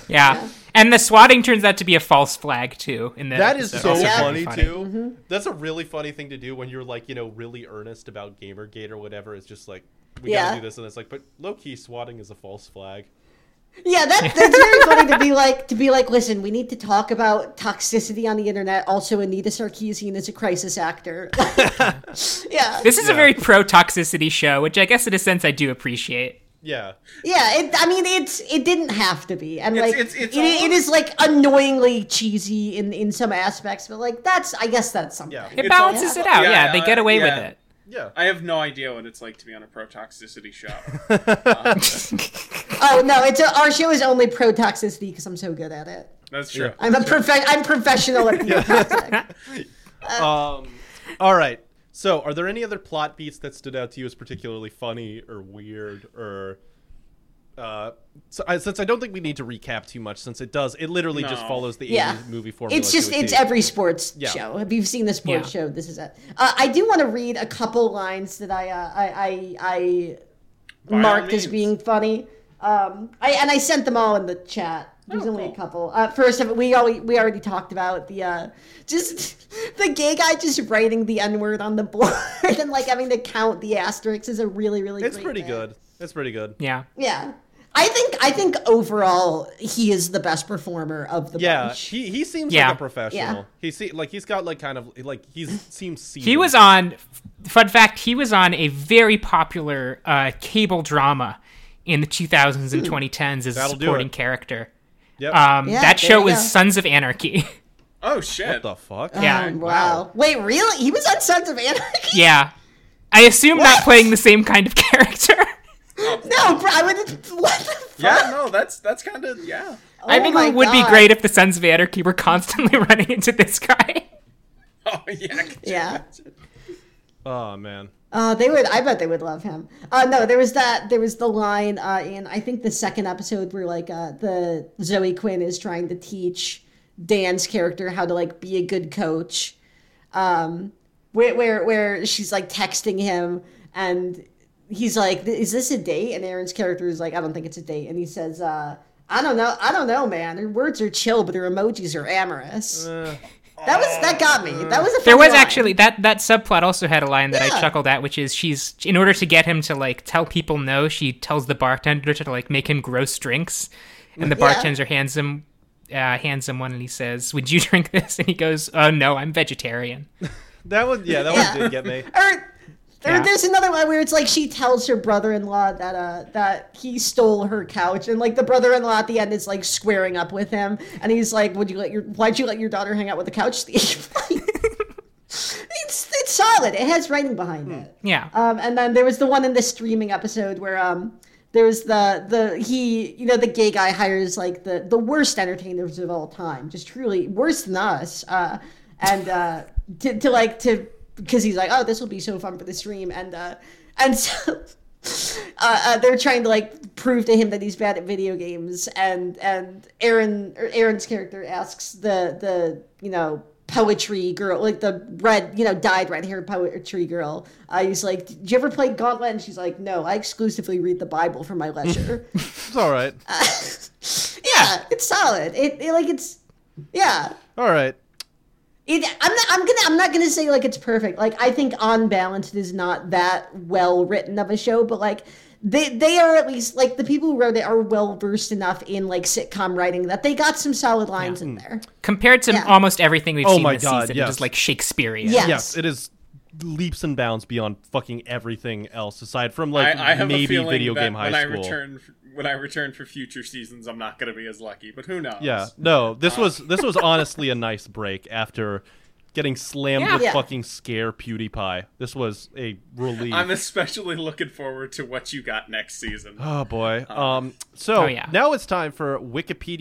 D: Yeah. And the swatting turns out to be a false flag too in that
A: that is
D: episode.
A: so
D: Also
C: Yeah.
A: funny,
D: very
A: too.
C: Mm-hmm.
A: That's a really funny thing to do when you're like you know really earnest about GamerGate or whatever. It's just like we
C: Yeah.
A: gotta do this, and it's like, but low key swatting is a false flag.
C: Yeah, that, that's very funny to be like to be like. Listen, we need to talk about toxicity on the internet. Also, Anita Sarkeesian is a crisis actor. yeah,
D: This is
A: Yeah.
D: a very pro toxicity show, which I guess in a sense I do appreciate.
A: Yeah.
C: yeah. It, I mean, it's it didn't have to be, and
B: It's-
C: like
B: it's- it's
C: it- it
B: almost-
C: is like annoyingly cheesy in in some aspects, but like that's I guess that's something.
A: Yeah.
D: It
B: It's
D: balances
B: almost-
D: it out.
B: yeah,
D: Yeah, they
B: uh,
D: get away
B: yeah.
D: with it.
A: Yeah.
B: I have no idea what it's like to be on a pro toxicity show.
C: Oh no, it's a, our show is only pro toxicity because I'm so good at it.
B: That's true.
C: I'm a profe- I'm professional at being toxic.
A: Um, all right. So, are there any other plot beats that stood out to you as particularly funny or weird or? Uh, so I, since I don't think we need to recap too much, since it does, it literally just
B: No.
A: follows the
C: Yeah.
A: 80s movie formula.
C: It's
A: to
C: just
A: a
C: it's
A: T.
C: every sports
A: Yeah.
C: show. If you've seen the sports
D: Yeah.
C: show, this is it. Uh, I do want to read a couple lines that I uh, I I, I
B: all
C: marked
B: means.
C: as being funny. Um, I and I sent them all in the chat. There's
A: Oh,
C: only
B: cool.
C: a couple. Uh, first of we already we already talked about the uh, just the gay guy just writing the n word on the board and like having to count the asterisks is a really really
A: It's
C: great
A: pretty
C: bit.
A: good. It's pretty good.
D: Yeah.
C: Yeah. I think I think overall he is the best performer of the
A: Yeah,
C: bunch.
A: he he seems
D: Yeah.
A: like a professional.
C: Yeah.
A: He se- like he's got like kind of like he seems seasoned.
D: He was on, fun fact, he was on a very popular uh, cable drama in the 2000s and 2010s as a
A: That'll do
D: supporting
A: it.
D: character.
A: Yep.
D: Um,
C: Yeah,
D: that
C: there
D: show
C: you
D: was
C: go.
D: Sons of Anarchy.
B: Oh shit!
A: what the fuck?
D: yeah.
C: Oh, wow. Wait, really? He was on Sons of Anarchy?
D: yeah. I assume
C: What? Oh
D: not playing the same kind of character.
C: No, bro, I would. What the fuck?
B: yeah, no, that's that's kind of yeah.
D: I
C: Oh
D: think
C: my
D: it would
C: God.
D: be great if the Sons of Anarchy were constantly running into this guy.
B: Oh yeah. I can
C: Yeah.
B: imagine.
A: Oh man.
C: Uh, they would. I bet they would love him. Uh, no, there was that. There was the line uh, in I think the second episode where like uh, the Zoe Quinn is trying to teach Dan's character how to like be a good coach. Um, where where where she's like texting him and he's like, "Is this a date?" And Aaron's character is like, "I don't think it's a date." And he says, uh, "I don't know. I don't know, man. Her words are chill, but her emojis are amorous."
A: Eh.
C: that was that got me. That was a
D: There
C: funny
D: was
C: line.
D: actually that that subplot also had a line that
C: Yeah.
D: I chuckled at, which is she's in order to get him to like tell people no, she tells the bartender to like make him gross drinks, and the
C: Yeah.
D: bartender hands him uh, hands him one, and he says, "Would you drink this?" And he goes, "Oh no, I'm vegetarian."
A: That one yeah, that
C: Yeah.
A: one did get me.
C: or there,
D: Yeah.
C: there's another one where it's like she tells her brother-in-law that uh that he stole her couch and like the brother-in-law at the end is like squaring up with him and he's like would you let your why'd you let your daughter hang out with a couch thief it's it's solid it has writing behind it
D: Yeah,
C: um, and then there was the one in the streaming episode where um, there was the the he you know the gay guy hires like the the worst entertainers of all time, just truly worse than us, uh, and uh, to, to like to because he's like, oh, this will be so fun for the stream, and uh, and so. Uh, uh, they're trying to like prove to him that he's bad at video games, and and Aaron or Aaron's character asks the the you know poetry girl, like the red, you know, dyed red hair poetry girl. Uh, he's like, "Did you ever play Gauntlet?" And she's like, "No, I exclusively read the Bible for my leisure."
A: It's all right.
C: Uh, yeah, it's solid. It, it like it's yeah.
A: All right.
C: It, I'm not. I'm gonna. I'm not gonna say like it's perfect. Like I think on balance, it is not that well written of a show. But like they they are at least like the people who wrote it are well versed enough in like sitcom writing that they got some solid lines in there.
B: Mm.
D: compared to
C: Yeah.
D: almost everything we've
A: Oh
D: seen
A: my
D: this
A: God,
D: season,
A: yes.
D: it is like Shakespearean.
C: Yeah.
A: Yes, it is leaps and bounds beyond fucking everything else aside from like
B: I, I have a
A: maybe
B: feeling
A: video
B: that
A: game high
B: when
A: school.
B: I return when I return for future seasons, I'm not going to be as lucky. But who knows?
A: Yeah, no,
B: Uh.
A: this was this was honestly a nice break after getting slammed
D: Yeah.
A: with
C: Yeah.
A: fucking scare PewDiePie. This was a relief.
B: I'm especially looking forward to what you got next season.
A: Oh boy. Um. So
D: Oh, yeah.
A: now it's time for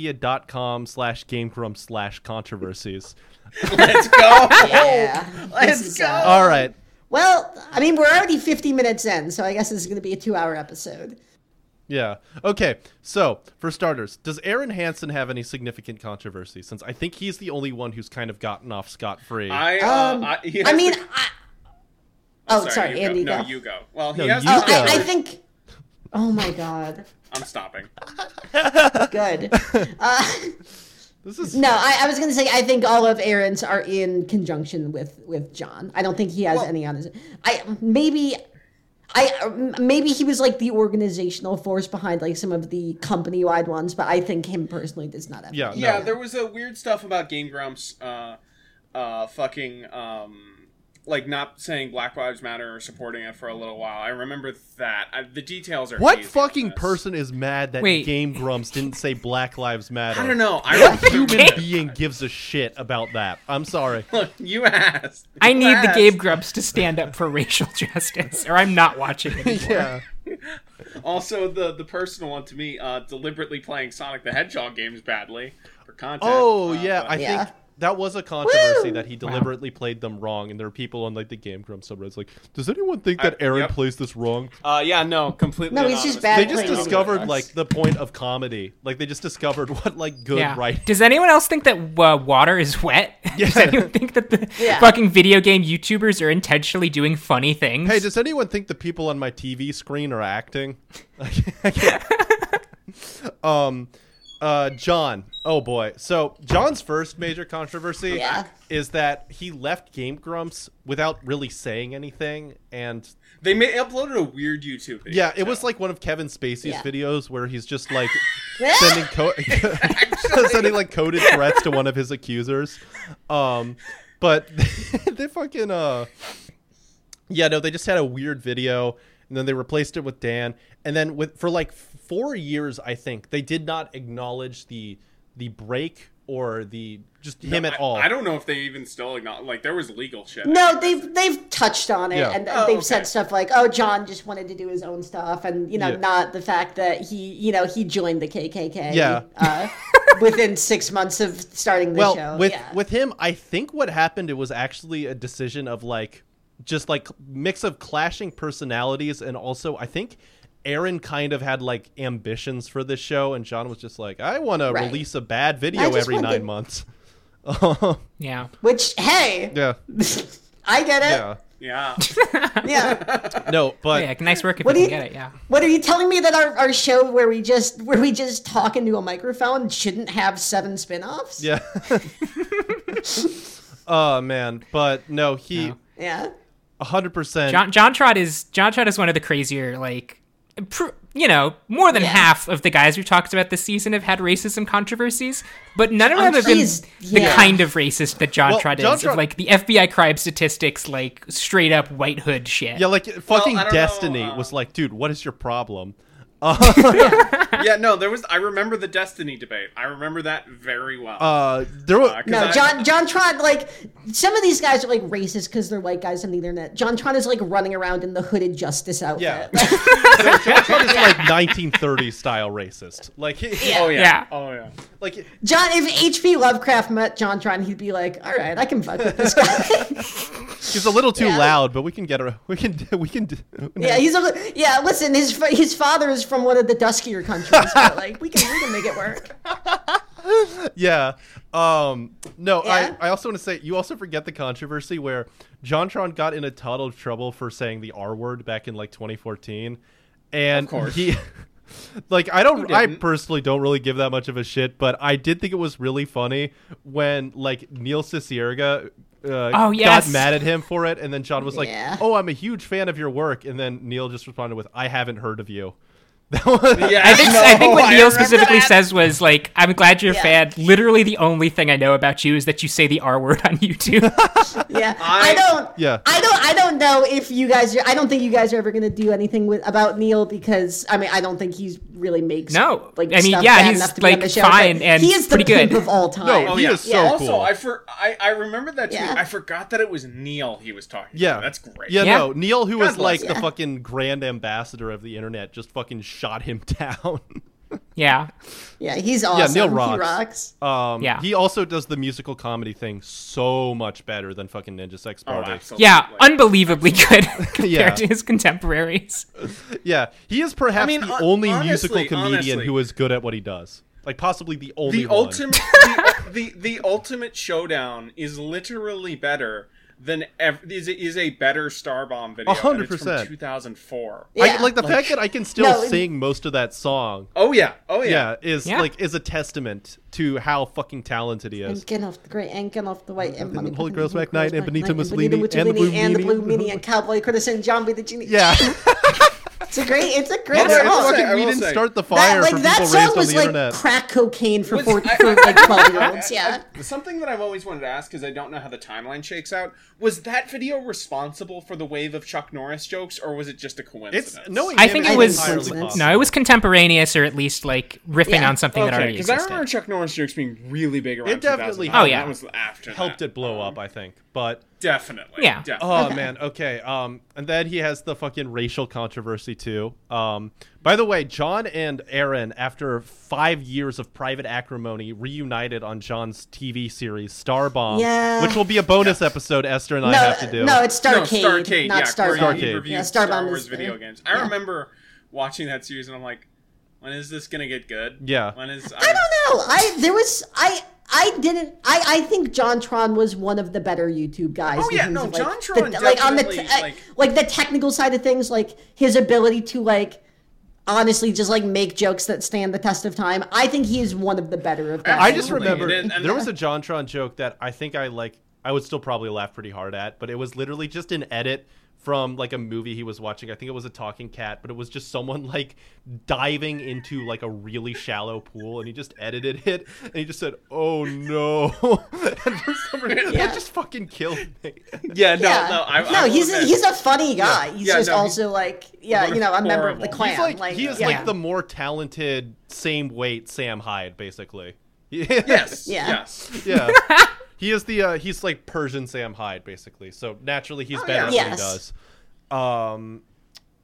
A: Wikipedia.com slash Game Grumps slash controversies.
B: Let's go.
C: Yeah. This
B: Let's
C: is,
B: go.
C: uh,
A: All right.
C: Well, I mean, we're already 50 minutes in, so I guess this is going to be a two hour episode.
A: Yeah. Okay. So, for starters, does Aaron Hansen have any significant controversy? Since I think he's the only one who's kind of gotten off scot free.
B: I, uh,
C: Um,
B: I, he
C: I
B: has
C: mean,
B: the-
C: I, oh, sorry,
B: you
C: Andy.
B: Go. No,
C: go.
B: you go. Well, he
A: No,
B: has.
A: you
C: oh,
B: the-
A: go.
C: I, I think. Oh my god.
B: I'm stopping.
C: Good. Uh,
A: This is
C: no, I, I was gonna say I think all of Aaron's are in conjunction with with John. I don't think he has any on his. I maybe. I m- maybe he was like the organizational force behind like some of the company wide ones, but I think him personally does not have.
A: Yeah.
C: any.
B: Yeah,
A: no.
B: there was a weird stuff about Game Grumps, uh, uh, fucking, um, like not saying Black Lives Matter or supporting it for a little while. I remember that. I, the details are
A: What
B: hazy on
A: fucking
B: this.
A: person is mad that
D: Wait.
A: Game Grumps didn't say Black Lives Matter?
B: I don't know. I
A: What
B: remember-
A: human being gives a shit about that? I'm sorry.
B: Look, you asked.
D: I
B: You
D: need the
B: asked.
D: Gabe Grumps to stand up for racial justice, or I'm not watching it anymore.
A: yeah.
B: Also, the the personal one to me, uh, deliberately playing Sonic the Hedgehog games badly for content.
A: Oh
B: uh,
A: yeah,
B: but-
A: I
C: Yeah.
A: think that was a controversy
C: Woo!
A: that he deliberately played them wrong, and there are people on like the Game Grumps subreddits like, does anyone think that
B: I-
A: Aaron
B: yep.
A: plays this wrong?
B: Uh, yeah, no, completely.
C: No, he's just
B: anonymous.
C: bad
A: They
C: I
A: just
C: played it.
A: discovered like the point of comedy. Like they just discovered what like good
D: Yeah.
A: writing.
D: Does anyone else think that uh, water is wet? Does
A: Yeah.
D: anyone think that the
C: Yeah.
D: fucking video game YouTubers are intentionally doing funny things?
A: Hey, does anyone think the people on my TV screen are acting? I can't- um, uh, John. Oh boy. So John's first major controversy
C: Yeah.
A: is that he left Game Grumps without really saying anything, and
B: They may uploaded a weird YouTube. Video
A: yeah, it was like one of Kevin Spacey's
C: Yeah.
A: videos where he's just like
C: Yeah.
A: sending co- sending like coded threats to one of his accusers. Um, but they fucking uh, yeah, no, they just had a weird video, and then they replaced it with Dan, and then with for like four years, I think they did not acknowledge the the break or the just him
B: I,
A: at all.
B: I don't know if they even still acknowledge. Like there was legal shit.
C: No, they've they've touched on it,
A: Yeah.
C: and
B: Oh,
C: they've
B: okay.
C: said stuff like, "Oh, John just wanted to do his own stuff," and you know,
A: Yeah.
C: not the fact that he, you know, he joined the KKK.
A: Yeah.
C: Uh, within six months of starting the
A: well
C: show.
A: with
C: yeah.
A: with him i think what happened it was actually a decision of like just like mix of clashing personalities and also i think aaron kind of had like ambitions for this show and john was just like i want to
C: Right.
A: release a bad
C: I
A: video
C: just
A: every
C: want
A: nine
C: the-
A: months
D: Yeah.
C: which, hey,
A: yeah
C: I get
A: yeah
C: it.
B: Yeah.
C: Yeah.
A: no but
D: Yeah, nice work if
C: What
D: you
C: do
D: can
C: you-
D: get it, yeah.
C: What are you telling me that our, our show where we just where we just talk into a microphone shouldn't have seven spin-offs?
A: yeah oh man but no he
D: No.
C: Yeah.
A: 100%
D: John John Trot is John Trot is one of the crazier like pr- you know, more than
C: Yeah.
D: half of the guys we've talked about this season have had racism controversies, but none of them
C: Um,
D: have been
C: he's-
D: the
C: yeah.
D: kind of racist that John
A: Well,
D: Trot
A: John
D: is.
A: Trott-
D: Of, like the FBI crime statistics, like straight up white hood shit.
A: yeah like fucking
B: I don't know,
A: destiny
B: uh,
A: was like dude what is your problem
B: yeah, no, there was. I remember the Destiny debate. I remember that very well.
A: uh there were
B: Uh, 'cause
C: No,
B: I-
C: John John Tron, like some of these guys are like racist because they're white guys on the internet. John Tron is like running around in the hooded justice outfit.
A: Yeah. John Trump is like 1930s style racist. Like, he,
B: Oh yeah.
D: Yeah.
B: Oh yeah.
A: like
C: John, if H.P. Lovecraft met John Tron, he'd be like, "All right, I can fuck with this guy."
A: he's a little too
C: Yeah.
A: loud, but we can get her. We can. We can. do-
C: yeah, he's a li- yeah. Listen, his fa- his father is from one of the duskier countries, but like we can we can make it work.
A: yeah. Um, no,
C: Yeah.
A: I, I also want to say you also forget the controversy where Jontron got in a ton of trouble for saying the R word back in like 2014, and
B: course.
A: he. Like I don't, I
B: didn't?
A: personally don't really give that much of a shit, but I did think it was really funny when like Neil Cicierga uh,
D: Oh, yes.
A: got mad at him for it, and then John was like,
C: Yeah.
A: "Oh, I'm a huge fan of your work," and then Neil just responded with, "I haven't heard of you." That was,
B: Yeah.
D: I think I think what Neil
B: remember
D: specifically
B: that.
D: says was like, "I'm glad you're a
C: Yeah.
D: fan. Literally, the only thing I know about you is that you say the R word on YouTube."
C: Yeah,
B: I-
C: I, don't.
A: Yeah.
C: I don't. I don't know if you guys. Are, I don't think you guys are ever going to do anything with about Neil because I mean I don't think he's really makes
D: No.
C: Like
D: I mean,
C: stuff
D: yeah,
C: bad
D: he's,
C: enough to be on
D: like,
C: the show, but
D: fine and
C: he is the
D: pretty good.
C: pimp of all time.
A: No,
B: Oh
A: He
B: yeah.
A: is so
B: also,
A: cool.
B: I for I I remember that too.
C: Yeah.
B: I forgot that it was Neil he was talking. to.
A: Yeah,
B: That's great.
A: Yeah,
D: Yeah.
A: no, Neil, who was
B: bless
A: like
B: you.
A: the fucking grand ambassador of the internet, just fucking shot him down.
D: Yeah.
C: Yeah, he's awesome.
A: Neil
C: He
A: rocks.
C: rocks.
A: Um,
D: Yeah.
A: He also does the musical comedy thing so much better than fucking Ninja Sex
B: Oh,
A: Party.
D: Yeah,
B: absolutely.
D: unbelievably good compared
A: Yeah.
D: to his contemporaries.
A: yeah, he is perhaps
B: mean,
A: the
B: hon-
A: only
B: honestly-
A: musical comedian
B: honestly.
A: who is good at what he does. Like possibly the only
B: the
A: one.
B: ultimate the, the the ultimate showdown is literally better than ev- is is a better Star Bomb video. and it's from
A: 100%.
B: 2004.
A: I-
C: Yeah.
A: like the fact that I can still
C: No, it-
A: sing most of that song.
B: Oh yeah, oh yeah.
A: Yeah, is
D: Yeah.
A: like is a testament to how fucking talented he
C: And
A: is.
C: get off the great and get off the white and
A: Uh, the
C: money.
A: Holy
C: Grail
A: Grail's Black Knight and Benito Mussolini
C: and the blue meanie and the blue meanie and cowboy Curtis and John B the genie.
A: Yeah,
C: it's a great. It's a great
B: It's a-
C: song.
B: will
A: fucking
B: say, I
A: we
B: will
A: didn't
B: say.
A: start the fire
C: that like
A: from
C: that
A: people
C: song
A: raised on
C: was
A: the
C: like
A: internet.
C: crack cocaine for
B: Was-
C: forty
B: I-
C: for like twelve year olds. Yeah.
B: Something that I've always wanted to ask because I don't know how the timeline shakes out. Was that video responsible for the wave of Chuck Norris jokes, or was it just a coincidence?
A: it's no,
D: I think
C: I
D: it
C: think
D: was
C: it's coincidence.
D: no, it was contemporaneous or at least like riffing
C: Yeah.
D: on something that
B: okay.
D: already
B: Because I
D: existed.
B: remember Chuck Norris jokes being really big around.
A: It definitely
B: 2009.
A: helped.
D: Oh, yeah.
B: that was after
A: helped
B: that.
A: it blow up. I think, but
B: Definitely.
D: Yeah.
B: Definitely.
A: Oh man, okay. Um, and then he has the fucking racial controversy too. Um, by the way, John and Aaron, after five years of private acrimony, reunited on John's TV series Starbomb,
C: Yeah.
A: which will be a bonus episode. Esther and I have to do.
C: No, no, it's
B: No,
C: Starcade,
B: Starcade,
C: not
B: yeah,
C: Star
B: where he
A: Starcade.
B: reviewed
C: Yeah,
B: Star,
C: Starbomb
B: Wars
C: is-
B: video
C: yeah.
B: games. I remember watching that series, and I'm like, when is this gonna get good?
A: Yeah.
B: When is
C: I don't know. I there was I I didn't I I think JonTron was one of the better YouTube guys.
B: Oh,
C: in
B: yeah,
C: terms
B: no,
C: of, like,
B: JonTron
C: the, like on the
B: definitely,
C: uh,
B: like-
C: like, the technical side of things, like his ability to like honestly just like make jokes that stand the test of time. I think he is one of the better of guys.
A: I just
B: Absolutely.
A: remember
B: And- and-
A: there was a JonTron joke that I think I like. I would still probably laugh pretty hard at, but it was literally just an edit from like a movie he was watching. I think it was a talking cat, but it was just someone like diving into like a really shallow pool, and he just edited it, and he just said, "Oh no!" and for some reason,
C: Yeah.
A: that just fucking killed me.
B: Yeah. No.
C: yeah.
B: No. I,
C: no,
B: I will
C: he's a,
B: admit.
C: he's a funny guy. He's
B: Yeah,
C: just
B: no, he-
C: also like yeah, you know, a member of the
B: He's
C: clan.
A: He's like, he is
C: yeah.
A: like the more talented, same weight Sam Hyde, basically. Yeah.
B: Yes.
C: Yeah.
B: Yes.
A: Yeah. he is the uh, he's like Persian Sam Hyde basically. So naturally he's better
B: yeah.
A: at what he
C: Yes.
A: does. Um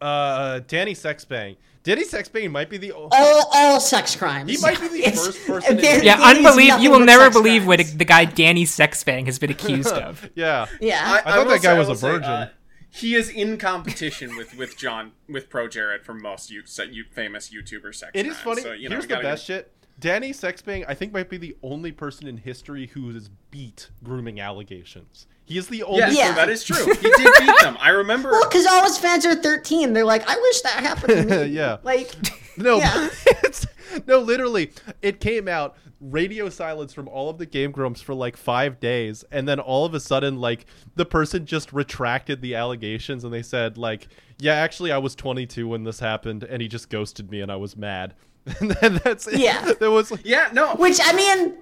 A: uh Danny Sexbang. Danny Sexbang might be the o-
C: all all sex crimes.
A: He might be the
C: It's-
A: first person in-
C: there-
D: yeah,
C: it is
D: unbelievable.
C: nothing
D: You will
C: but
D: never
C: sex
D: believe what
C: crimes.
D: the guy Danny Sexbang has been accused of.
A: Yeah.
C: Yeah.
B: I,
A: I thought
B: will
A: that
B: say-
A: guy
B: I
A: was
B: will
A: a
B: say,
A: virgin.
B: uh, he is in competition with with John with Pro Jared from most you, so you famous YouTuber sex.
A: It is
B: crimes.
A: funny.
B: So, you know,
A: Here's
B: we
A: the
B: gotta
A: best
B: give-
A: shit. Danny Sexbang, I think, might be the only person in history who has beat grooming allegations. He is the only
B: Yes,
C: Yeah.
B: that is true. He did beat them. I remember.
C: Well, because all his fans are 13. They're like, I wish that happened to me.
A: Yeah.
C: Like,
A: No,
C: Yeah.
A: it's, no, literally, it came out radio silence from all of the Game Grumps for like five days, and then all of a sudden, like the person just retracted the allegations, and they said like, "Yeah, actually, I was 22 when this happened, and he just ghosted me, and I was mad." And then that's it.
C: Yeah.
A: there was like,
B: yeah. No.
C: which, I mean,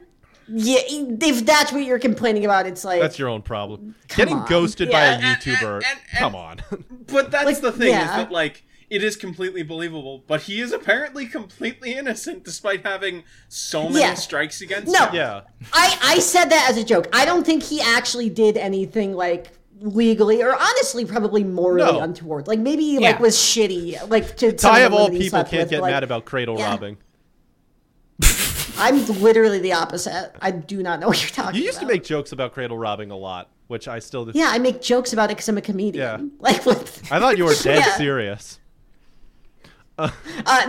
C: yeah, if that's what you're complaining about, it's like,
A: that's your own problem. Getting
C: on.
A: ghosted
C: Yeah,
A: by
B: and-
A: a
B: and-
A: YouTuber,
B: and- and-
A: come on.
B: But that's
C: Like,
B: the thing is
C: yeah.
B: that like it is completely believable, but he is apparently completely innocent despite having so many
C: Yeah.
B: strikes against
C: No.
B: him.
A: yeah,
C: I, I said that as a joke. I don't think he actually did anything like legally or honestly probably morally
A: No.
C: untoward. Like maybe he,
D: Yeah.
C: like was shitty. Like to some
A: I
C: the
A: of all
C: women he
A: people
C: slept
A: can't
C: with,
A: get
C: but, like,
A: mad about cradle
C: yeah.
A: robbing.
C: I'm literally the opposite. I do not know what you're talking.
A: You used to
C: about.
A: make jokes about cradle robbing a lot, which I still.
C: Yeah, I make jokes about it because I'm a comedian.
A: Yeah.
C: Like what?
A: I thought you were dead
C: Yeah.
A: serious.
C: Uh,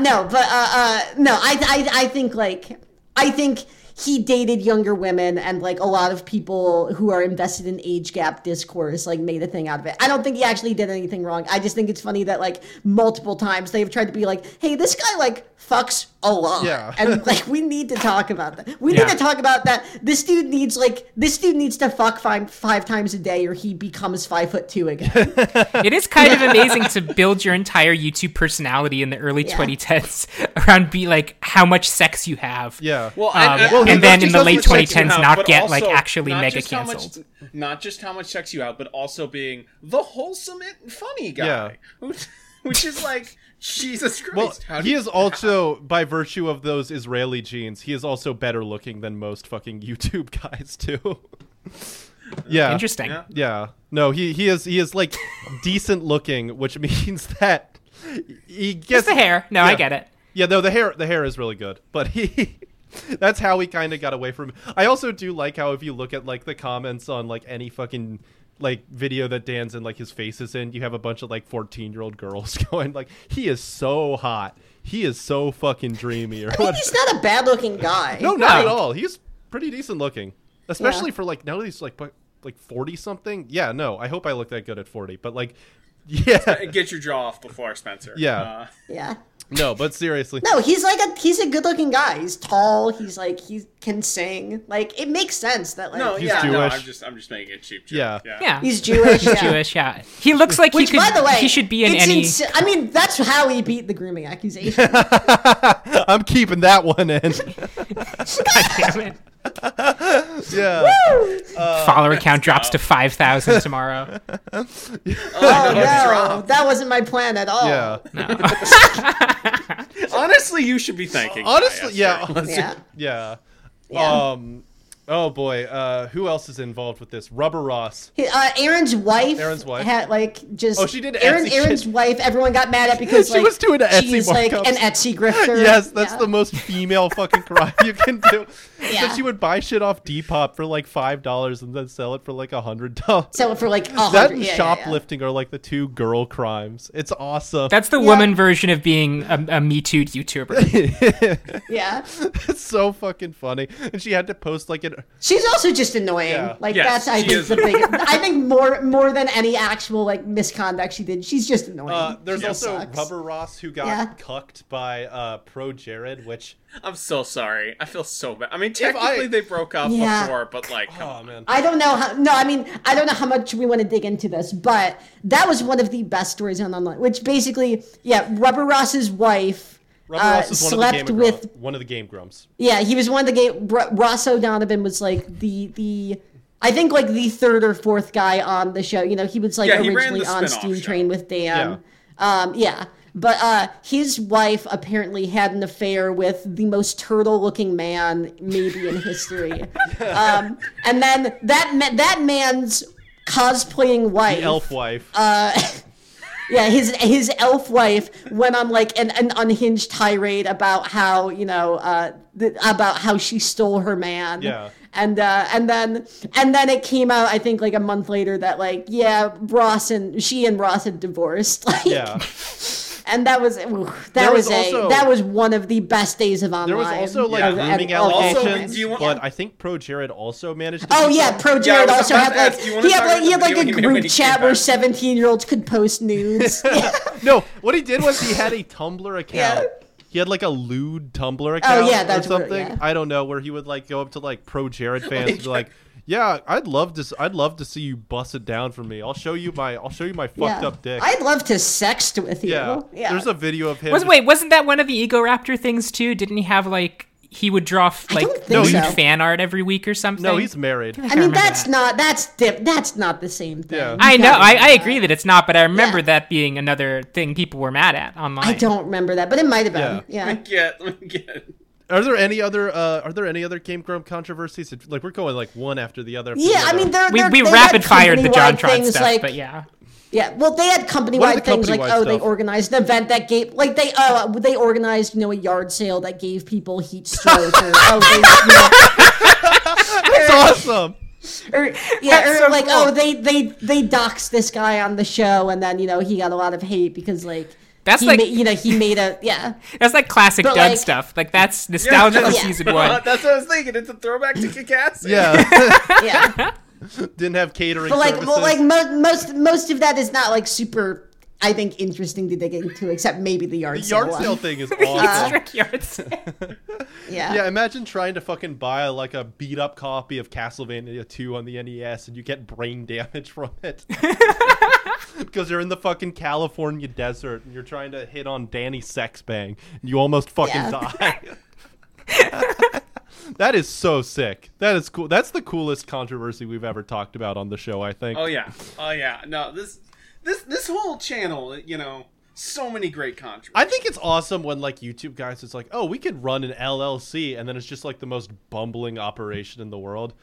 C: no, but uh, uh, no, I, I, I think like I think he dated younger women, and like a lot of people who are invested in age gap discourse like made a thing out of it. I don't think he actually did anything wrong. I just think it's funny that like multiple times they've tried to be like, "Hey, this guy like fucks a lot,"
A: Yeah.
C: and like we need to talk about that. We
D: Yeah.
C: need to talk about that. This dude needs like this dude needs to fuck five five times a day, or he becomes five foot two again.
D: It is kind of amazing to build your entire YouTube personality in the early
C: Yeah.
D: 2010s around be like how much sex you have.
A: Yeah.
B: Well, and,
D: Um,
A: Well,
D: and
A: not
D: then
A: just
D: in the
A: how
D: late
A: much sex you
D: 2010s,
A: have,
D: not
B: but
D: get
B: also
D: like actually
B: not
D: mega
B: just how much-
D: canceled.
B: not just how much checks you out, but also being the wholesome and funny guy,
A: Yeah.
B: who- which is like Jesus Christ.
A: Well,
B: how
A: he
B: do-
A: is also, by virtue of those Israeli genes, he is also better looking than most fucking YouTube guys too. yeah,
D: Interesting.
B: Yeah.
A: Yeah, no, he he is he is like decent looking, which means that he gets
D: Just the hair. No, I
A: Yeah.
D: get it.
A: Yeah, no, the hair the hair is really good, but he that's how he kind of got away from. I also do like how if you look at like the comments on like any fucking like video that Dan's in like his face is in, you have a bunch of like 14-year-old girls going like he is so hot. He is so fucking dreamy or
C: But
A: what.
C: he's not a bad looking guy.
A: No, not at all. He's pretty decent looking, especially
C: Yeah.
A: for like now that he's like bu- like 40 something. Yeah, no. I hope I look that good at 40, but like yeah.
B: Get your jaw off before Spencer.
A: Yeah.
B: Uh,
C: Yeah.
A: No, but seriously.
C: No, he's like a he's a good looking guy. He's tall. He's like he can sing. Like it makes sense that like
B: no,
A: He's
B: yeah, no,
A: Jewish.
B: I'm just I'm just making a cheap joke.
A: Yeah.
D: Yeah,
C: he's Jewish. yeah.
D: Jewish. Yeah, he looks like
C: Which,
D: he could.
C: by the way,
D: he should be in
C: it's
D: any.
C: ins- I mean, that's how he beat the grooming accusation.
A: I'm keeping that one in.
D: Damn it.
A: yeah.
D: Follower count drops to five thousand tomorrow.
C: oh
B: that's
C: no,
B: wrong.
C: that wasn't my plan at all.
A: Yeah.
B: Honestly, you should be thanking.
A: Honestly,
B: Kaya,
A: yeah.
B: sorry.
A: honestly-
C: Yeah.
A: yeah.
C: Yeah.
A: Um oh boy, uh who else is involved with this? Rubber Ross.
C: He- uh, Aaron's wife.
A: Aaron's wife.
C: had like just.
A: Oh, she did
C: Aaron,
A: Etsy
C: Aaron's
A: shit.
C: wife. Everyone got mad at because
A: She
C: like,
A: was doing Etsy
C: she's like
A: markups.
C: an Etsy grifter.
A: Yes, that's
C: Yeah.
A: the most female fucking crime you can do.
C: Yeah.
A: That she would buy shit off Depop for like five dollars and then sell it for like a hundred dollars.
C: sell it for like a
A: That
C: hundred.
A: and
C: Yeah, yeah, yeah.
A: shoplifting are like the two girl crimes. It's awesome.
D: That's the woman version of being a, a Me Too YouTuber.
C: Yeah.
A: It's so fucking funny. And she had to post like an
C: She's also just annoying.
A: Yeah.
C: Like
B: Yes,
C: that's I
B: she
C: think
B: is
C: the biggest. I think more more than any actual like misconduct she did, she's just annoying.
A: Uh, there's
C: She
A: also
C: sucks.
A: Rubber Ross who got
C: Yeah.
A: cucked by uh, Pro Jared, which
B: I'm so sorry. I feel so bad. I mean, technically
A: I-
B: they broke up
C: Yeah.
B: before, but like, come
A: oh
B: on.
A: man,
C: I don't know how. No, I mean, I don't know how much we want to dig into this, but that was one of the best stories on online. Which basically, yeah, Rubber Ross's wife
A: Rubber
C: uh,
A: Ross is one of the
C: slept
A: game
C: with.
A: grumps, one of the game grumps.
C: Yeah, he was one of the gay. R- Ross O'Donovan was like the the. I think like the third or fourth guy on the show. You know, he was like
B: Yeah, he ran
C: originally
B: the
C: on
B: spin-off
C: Steam
B: show.
C: Train with Dan. Um, yeah. But uh, his wife apparently had an affair with the most turtle-looking man maybe in history, um, and then that ma- that man's cosplaying wife,
A: Elf wife.
C: Uh, yeah, his his elf wife went on like an, an unhinged tirade about how you know uh, th- about how she stole her man.
A: Yeah.
C: And uh, and then and then it came out I think like a month later that like yeah Ross and she and Ross had divorced like
A: yeah,
C: and that was oof, that
A: There
C: was,
A: was
C: a
A: also-
C: that was one of the best days of online.
A: there was also like
B: Yeah.
A: grooming
C: and- of
A: allegations,
B: do you want-
A: but I think Pro Jared also managed. to
C: Oh
A: do
C: yeah,
A: some-
C: Pro
B: Yeah, I
C: Jared
B: was
C: also
B: about
C: had
B: to ask,
C: like
B: do you wanna
C: he had
B: talk
C: like
B: about
C: he
B: the
C: had like
B: video
C: a
B: he made when
C: group
B: he
C: chat
B: came
C: where
B: back?
C: seventeen year olds could post nudes. Yeah.
A: No, what he did was he had a Tumblr account. He had like a lewd Tumblr account
C: Oh, yeah, that's
A: or
C: what-
A: something.
C: yeah.
A: I don't know where he would like go up to like pro Jared fans and be like, "Yeah, I'd love to. s- I'd love to see you bust it down for me. I'll show you my. I'll show you my fucked
C: Yeah.
A: up dick.
C: I'd love to sext with you.
A: yeah.
C: Yeah.
A: There's a video of him.
D: Was
A: just-
D: wait, wasn't that one of the Ego Raptor things too? Didn't he have like he would draw f-
C: don't
D: like
C: think
A: No,
D: nude
A: so.
D: fan art every week or something?
A: No, he's married.
C: I mean,
D: remember
C: that's
D: that.
C: not that's dip, that's not the same thing.
A: Yeah.
D: I
C: You
D: know.
C: gotta
D: I, I
C: remember
D: agree that it's not, but I remember
C: Yeah.
D: that being another thing people were mad at online.
C: I don't remember that, but it might have been. Yeah.
B: Let me get, let me get.
A: Are there any other uh, are there any other Game Grump controversies? It- Like we're going like one after the other. After
C: Yeah,
A: the
C: I
A: other.
C: mean, they're,
D: We,
C: they're,
D: we
C: they had
D: rapid fired the
C: company-wide
D: JonTron
C: things
D: stuff,
C: like,
D: but yeah,
C: yeah. Well, they had company
A: What are
C: wide
A: the
C: things like,
A: company-wide
C: oh, they
A: stuff?
C: organized an event that gave, like, they oh, they organized, you know, a yard sale that gave people heat stroke, or oh, they, you know,
A: that's awesome.
C: or yeah, or
D: That's so
C: like
D: cool.
C: oh they they they doxed this guy on the show, and then you know he got a lot of hate because like
D: That's
C: he
D: like-
C: ma- you know he made a yeah
D: that's like classic
C: But,
D: dud
C: like-
D: stuff. Like that's nostalgia
B: Yeah,
D: for
B: that's-
D: season one.
B: That's what I was thinking. It's a throwback to Kick-Ass.
A: Yeah,
C: yeah.
A: didn't have catering.
C: But like,
A: services.
C: well, like mo- most most of that is not like super. I think interesting to dig into, except maybe the yard
A: the yard
C: one.
A: sale thing is
D: He's
A: awesome.
D: Dracula's son.
C: Yeah.
A: Yeah, imagine trying to fucking buy like a beat up copy of Castlevania 2 on the NES and you get brain damage from it. Because you're in the fucking California desert and you're trying to hit on Danny Sexbang and you almost fucking
C: Yeah.
A: die. that is so sick. That is cool. That's the coolest controversy we've ever talked about on the show, I think.
B: Oh yeah. Oh yeah. No, this this this whole channel, you know, so many great controversies.
A: I think it's awesome when like YouTube guys, it's like, oh, we could run an LLC, and then it's just like the most bumbling operation in the world.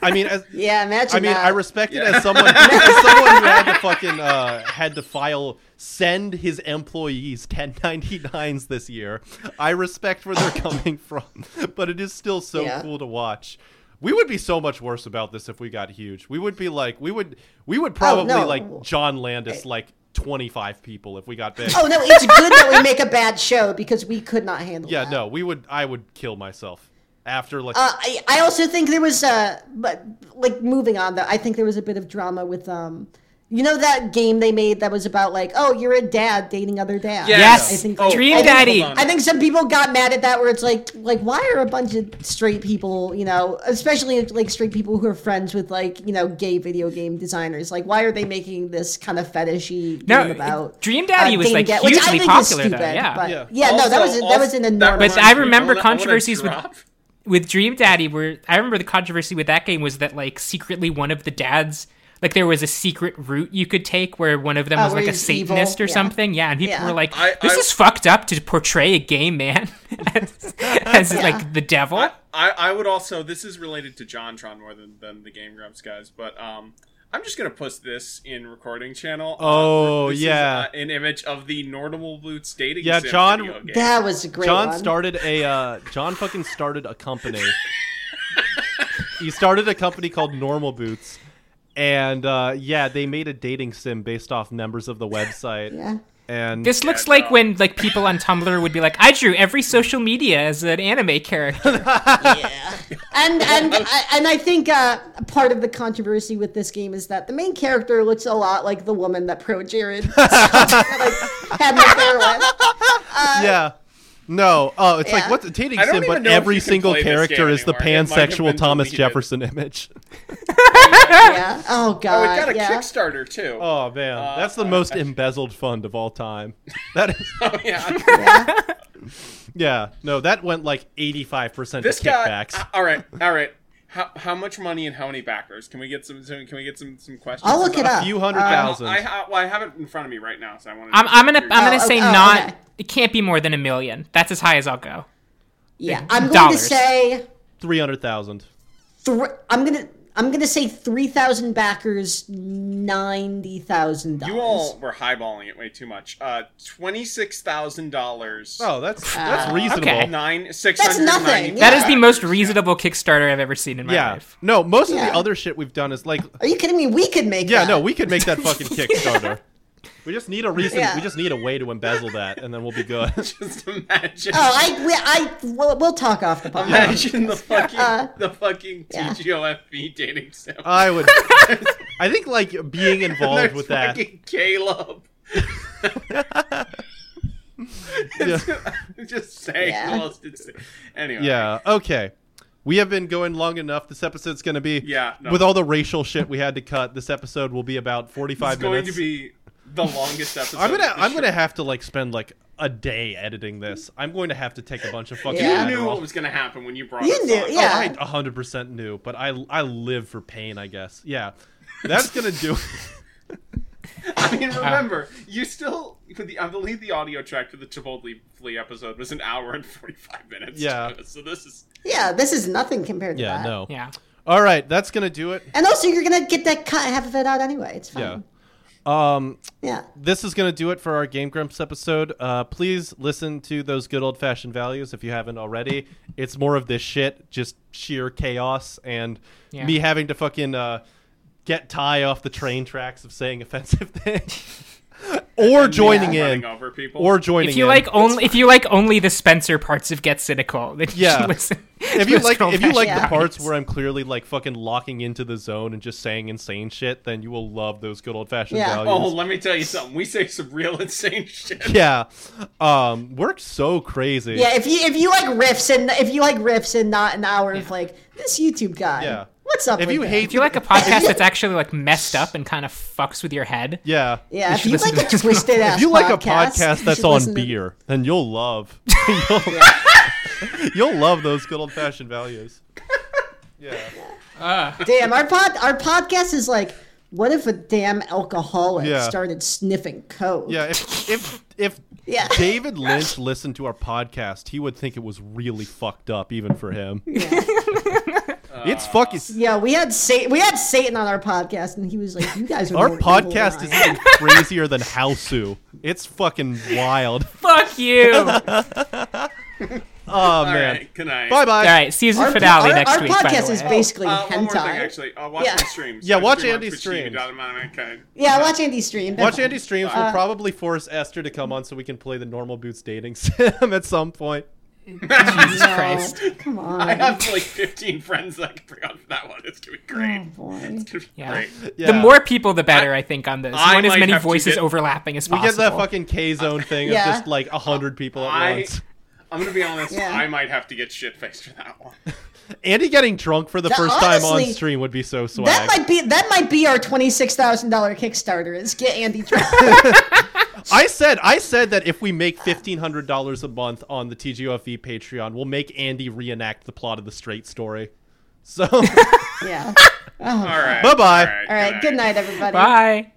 A: I mean, as,
C: Yeah, imagine
A: I mean,
C: that.
A: I respect it
B: Yeah.
A: as someone, as someone who had to fucking uh, had to file send his employees 1099s this year. I respect where they're coming from, but it is still so
C: Yeah.
A: cool to watch. We would be so much worse about this if we got huge. We would be like, we would, we would probably
C: Oh, no. Eh.
A: like John Landis, like 25 people if we got big.
C: Oh no, it's good that we make a bad show because we could not handle.
A: Yeah,
C: that.
A: no, we would. I would kill myself after like.
C: Uh, I, I also think there was uh, but like moving on though, I think there was a bit of drama with um, you know that game they made that was about like, oh, you're a dad dating other dads.
B: Yeah.
D: Yes,
C: I think-
D: Dream
C: I think-
D: Daddy.
B: Oh, hold on.
C: I think some people got mad at that, where it's like, like why are a bunch of straight people, you know, especially like straight people who are friends with like you know gay video game designers, like why are they making this kind of fetishy
D: No,
C: game about
D: Dream Daddy was,
C: dating
D: like,
C: ga- which I
D: hugely
C: think is
D: popular, though,
C: stupid,
D: yeah.
C: but,
A: Yeah.
C: yeah, no, that was
B: Also-
C: a, that was an
B: also-
C: enormous.
D: But I
B: reminds me- wanna-
D: remember
B: wanna
D: controversies with-
B: drop-
D: with Dream Daddy, where I remember the controversy with that game was that like secretly one of the dads, like there was a secret route you could take where one of them
C: Oh,
D: was
C: where
D: like a
C: he's evil,
D: Satanist or
C: yeah.
D: something. Yeah, and people
C: Yeah.
D: were like,
B: I-
D: "This
B: I-
D: is fucked up to portray a gay man as, as like the devil."
B: I, I, I would also this is related to JonTron more than, than the Game Grumps guys, but um, I'm just gonna post this in recording channel. Uh,
A: Oh,
B: this is,
A: yeah.
B: uh, an image of the normal boots dating.
A: Yeah,
B: sim
A: John-
B: video game.
C: That was a great
A: John
C: one.
A: started a. Uh, John fucking started a company. he started a company called Normal Boots, and uh, yeah, they made a dating sim based off members of the website.
C: Yeah.
A: And
D: This looks
B: no.
D: like when like people on Tumblr would be like, "I drew every social media as an anime character."
C: yeah. And and I- and I think uh, part of the controversy with this game is that the main character looks a lot like the woman that Pro Jared like, had an affair with.
A: yeah. No, oh, it's like
C: Yeah.
A: what's a dating
B: I don't
A: sim,
B: even
A: but
B: know if you
A: every
B: can
A: single
B: play this
A: character
B: game
A: is the
B: anymore. It might have been
A: pansexual Thomas
B: deleted.
A: Jefferson image.
C: Yeah. Oh
B: Oh,
C: God.
B: it got a
C: yeah.
B: Kickstarter too.
A: Oh man, that's the
B: Uh,
A: most embezzled fund of all time. That is,
B: Oh, yeah.
C: Yeah.
A: yeah, no, that went like eighty-five percent to
B: this guy.
A: kickbacks.
B: uh, all right, all right. How, how much money and how many backers? Can we get some? Can we get some some questions?
C: I'll look it
B: about-
C: up.
A: few hundred
C: Uh,
A: thousand.
B: I, I, well, I have it in front of me right now, so I want to.
D: I'm, I'm gonna I'm gonna
C: Oh,
D: say
C: oh,
D: not.
C: okay.
D: It can't be more than a million. That's as high as I'll go.
C: Yeah. I'm going
D: Dollars.
C: to say.
A: Three hundred thousand.
C: Thr- I'm gonna. I'm gonna say three thousand backers, ninety thousand dollars.
B: You all were highballing it way too much. Uh, twenty six thousand dollars.
A: Oh, that's that's
C: Uh,
A: reasonable.
D: okay.
B: nine six hundred.
C: nothing,
D: That
C: Yeah.
D: is the most reasonable Kickstarter I've ever seen in my
A: Yeah.
D: life.
A: No, most of
C: Yeah.
A: the other shit we've done is like
C: Are you kidding me? We could make.
A: Yeah,
C: that.
A: no, we could make that fucking Kickstarter. We just need a reason
C: Yeah.
A: we just need a way to embezzle that and then we'll be good.
B: Just imagine.
C: Oh, I, we, I, we'll, we'll talk off the podcast.
B: Imagine the fucking
C: Uh,
B: the fucking
C: yeah.
B: TGOFB dating sim.
A: I would I think like being
B: There's
A: involved with that.
B: fucking Caleb. It's- I'm just saying.
C: Yeah.
B: who else did say- Anyway.
A: Yeah. Okay. We have been going long enough. This episode's going to be
B: Yeah, no.
A: with all the racial shit we had to cut. This episode will be about
B: It's
A: 45
B: going
A: minutes.
B: to be the longest episode.
A: I'm going
B: of
A: to
B: this
A: I'm
B: show.
A: going to have to like spend like a day editing this. I'm going to have to take a bunch of fucking
C: Yeah.
B: You knew
A: Adderall.
B: what was going to happen when you brought.
C: You
B: us
C: knew-
B: on.
A: Oh,
C: yeah.
A: I 100% knew, but I I live for pain, I guess. Yeah. That's going to do it.
B: I mean, remember, you still. For the, I believe the audio track for the Chipotle Flea episode was an hour and 45 minutes.
A: Yeah.
B: too, so this is.
C: Yeah, this is nothing compared to
A: Yeah,
C: that.
A: no.
D: Yeah.
A: All right, that's going to do it.
C: And also, you're gonna get that cut half of it out anyway. It's
A: Yeah.
C: fine.
A: Um
C: Yeah.
A: this is going to do it for our Game Grumps episode. Uh, please listen to those good old fashioned values if you haven't already. It's more of this shit, just sheer chaos and
D: Yeah.
A: me having to fucking uh, get Ty off the train tracks of saying offensive things. or joining
B: running
A: in.
B: over people.
A: Or joining
D: If you
A: in.
D: like only if you like only the Spencer parts of Get Cynical, then you
A: Yeah.
D: should listen.
A: if
D: to
A: you
D: us
A: like
D: Girl
A: if you like
D: Fashion
A: the parts
D: Diaries.
A: where I'm clearly like fucking locking into the zone and just saying insane shit, then you will love those good old fashioned
C: Yeah.
A: values.
B: Oh, let me tell you something. We say some real insane shit.
A: yeah. Um works so crazy.
C: Yeah. If you if you like riffs and if you like riffs and not an hour of like this YouTube guy.
A: Yeah.
C: What's up?
A: If
C: with
A: you
C: that?
A: hate
D: if you like a podcast that's actually like messed up and kind of fucks with your head,
A: Yeah.
C: Yeah.
D: you
C: if
D: should
C: you
D: listen
C: like
D: to
C: a
D: this
C: twisted ass.
A: If you like
C: podcast,
A: a podcast
C: you
A: that's
C: should
A: on
C: listen to-
A: beer, then you'll love you'll, you'll love those good old fashioned values. Yeah.
C: Damn, our pod our podcast is like What if a damn alcoholic
A: Yeah.
C: started sniffing coke?
A: Yeah, if if if
C: Yeah.
A: David Lynch listened to our podcast, he would think it was really fucked up, even for him. it's fucking.
C: Yeah, we had Sa- we had Satan on our podcast, and he was like, "You guys are
A: Our
C: more evil than
A: podcast
C: I
A: is
C: am."
A: even crazier than Houseu. It's fucking wild.
D: Fuck you. All
A: Oh
B: All
A: man.
B: right, good night.
A: Bye bye.
D: right, season
C: Our,
D: finale
C: our,
D: next
C: our
D: week. by the
C: podcast is
D: way.
C: basically
B: Uh, one
C: hentai.
B: more thing, actually. Uh, watch
C: Yeah.
B: my streams.
A: Yeah,
B: I
A: watch
B: stream on
A: Andy's
B: Twitch TV
A: streams.
B: dot mankind.
C: Yeah, watch Andy's stream.
A: Watch Andy streams. We'll probably force Esther to come on so we can play the normal boots dating sim at some point.
D: Jesus Christ.
C: Oh, Come on.
B: I have like 15 friends that I can bring on for that one. It's gonna be great.
C: Oh, boy.
B: It's gonna be
D: Yeah.
B: great.
A: Yeah.
D: The more people, the better, I, think, on this.
B: I
D: I want as
B: might
D: many
B: have to
D: voices
B: get-
D: overlapping as
A: we
D: possible.
A: get that fucking K zone thing
C: Yeah.
A: of just like a hundred people at
B: I-
A: once.
B: I'm gonna be honest.
C: Yeah.
B: I might have to get shit faced for that one.
A: Andy getting drunk for the
C: That-
A: first time on
C: honestly,
A: stream would be so swag.
C: That might be that might be our twenty six thousand dollar Kickstarter. Is get Andy drunk.
A: I said I said that if we make fifteen hundred dollars a month on the TGOFE Patreon, we'll make Andy reenact the plot of the straight story. So
C: yeah.
B: All right.
A: Bye-bye.
C: All right. Good night, everybody.
D: Bye.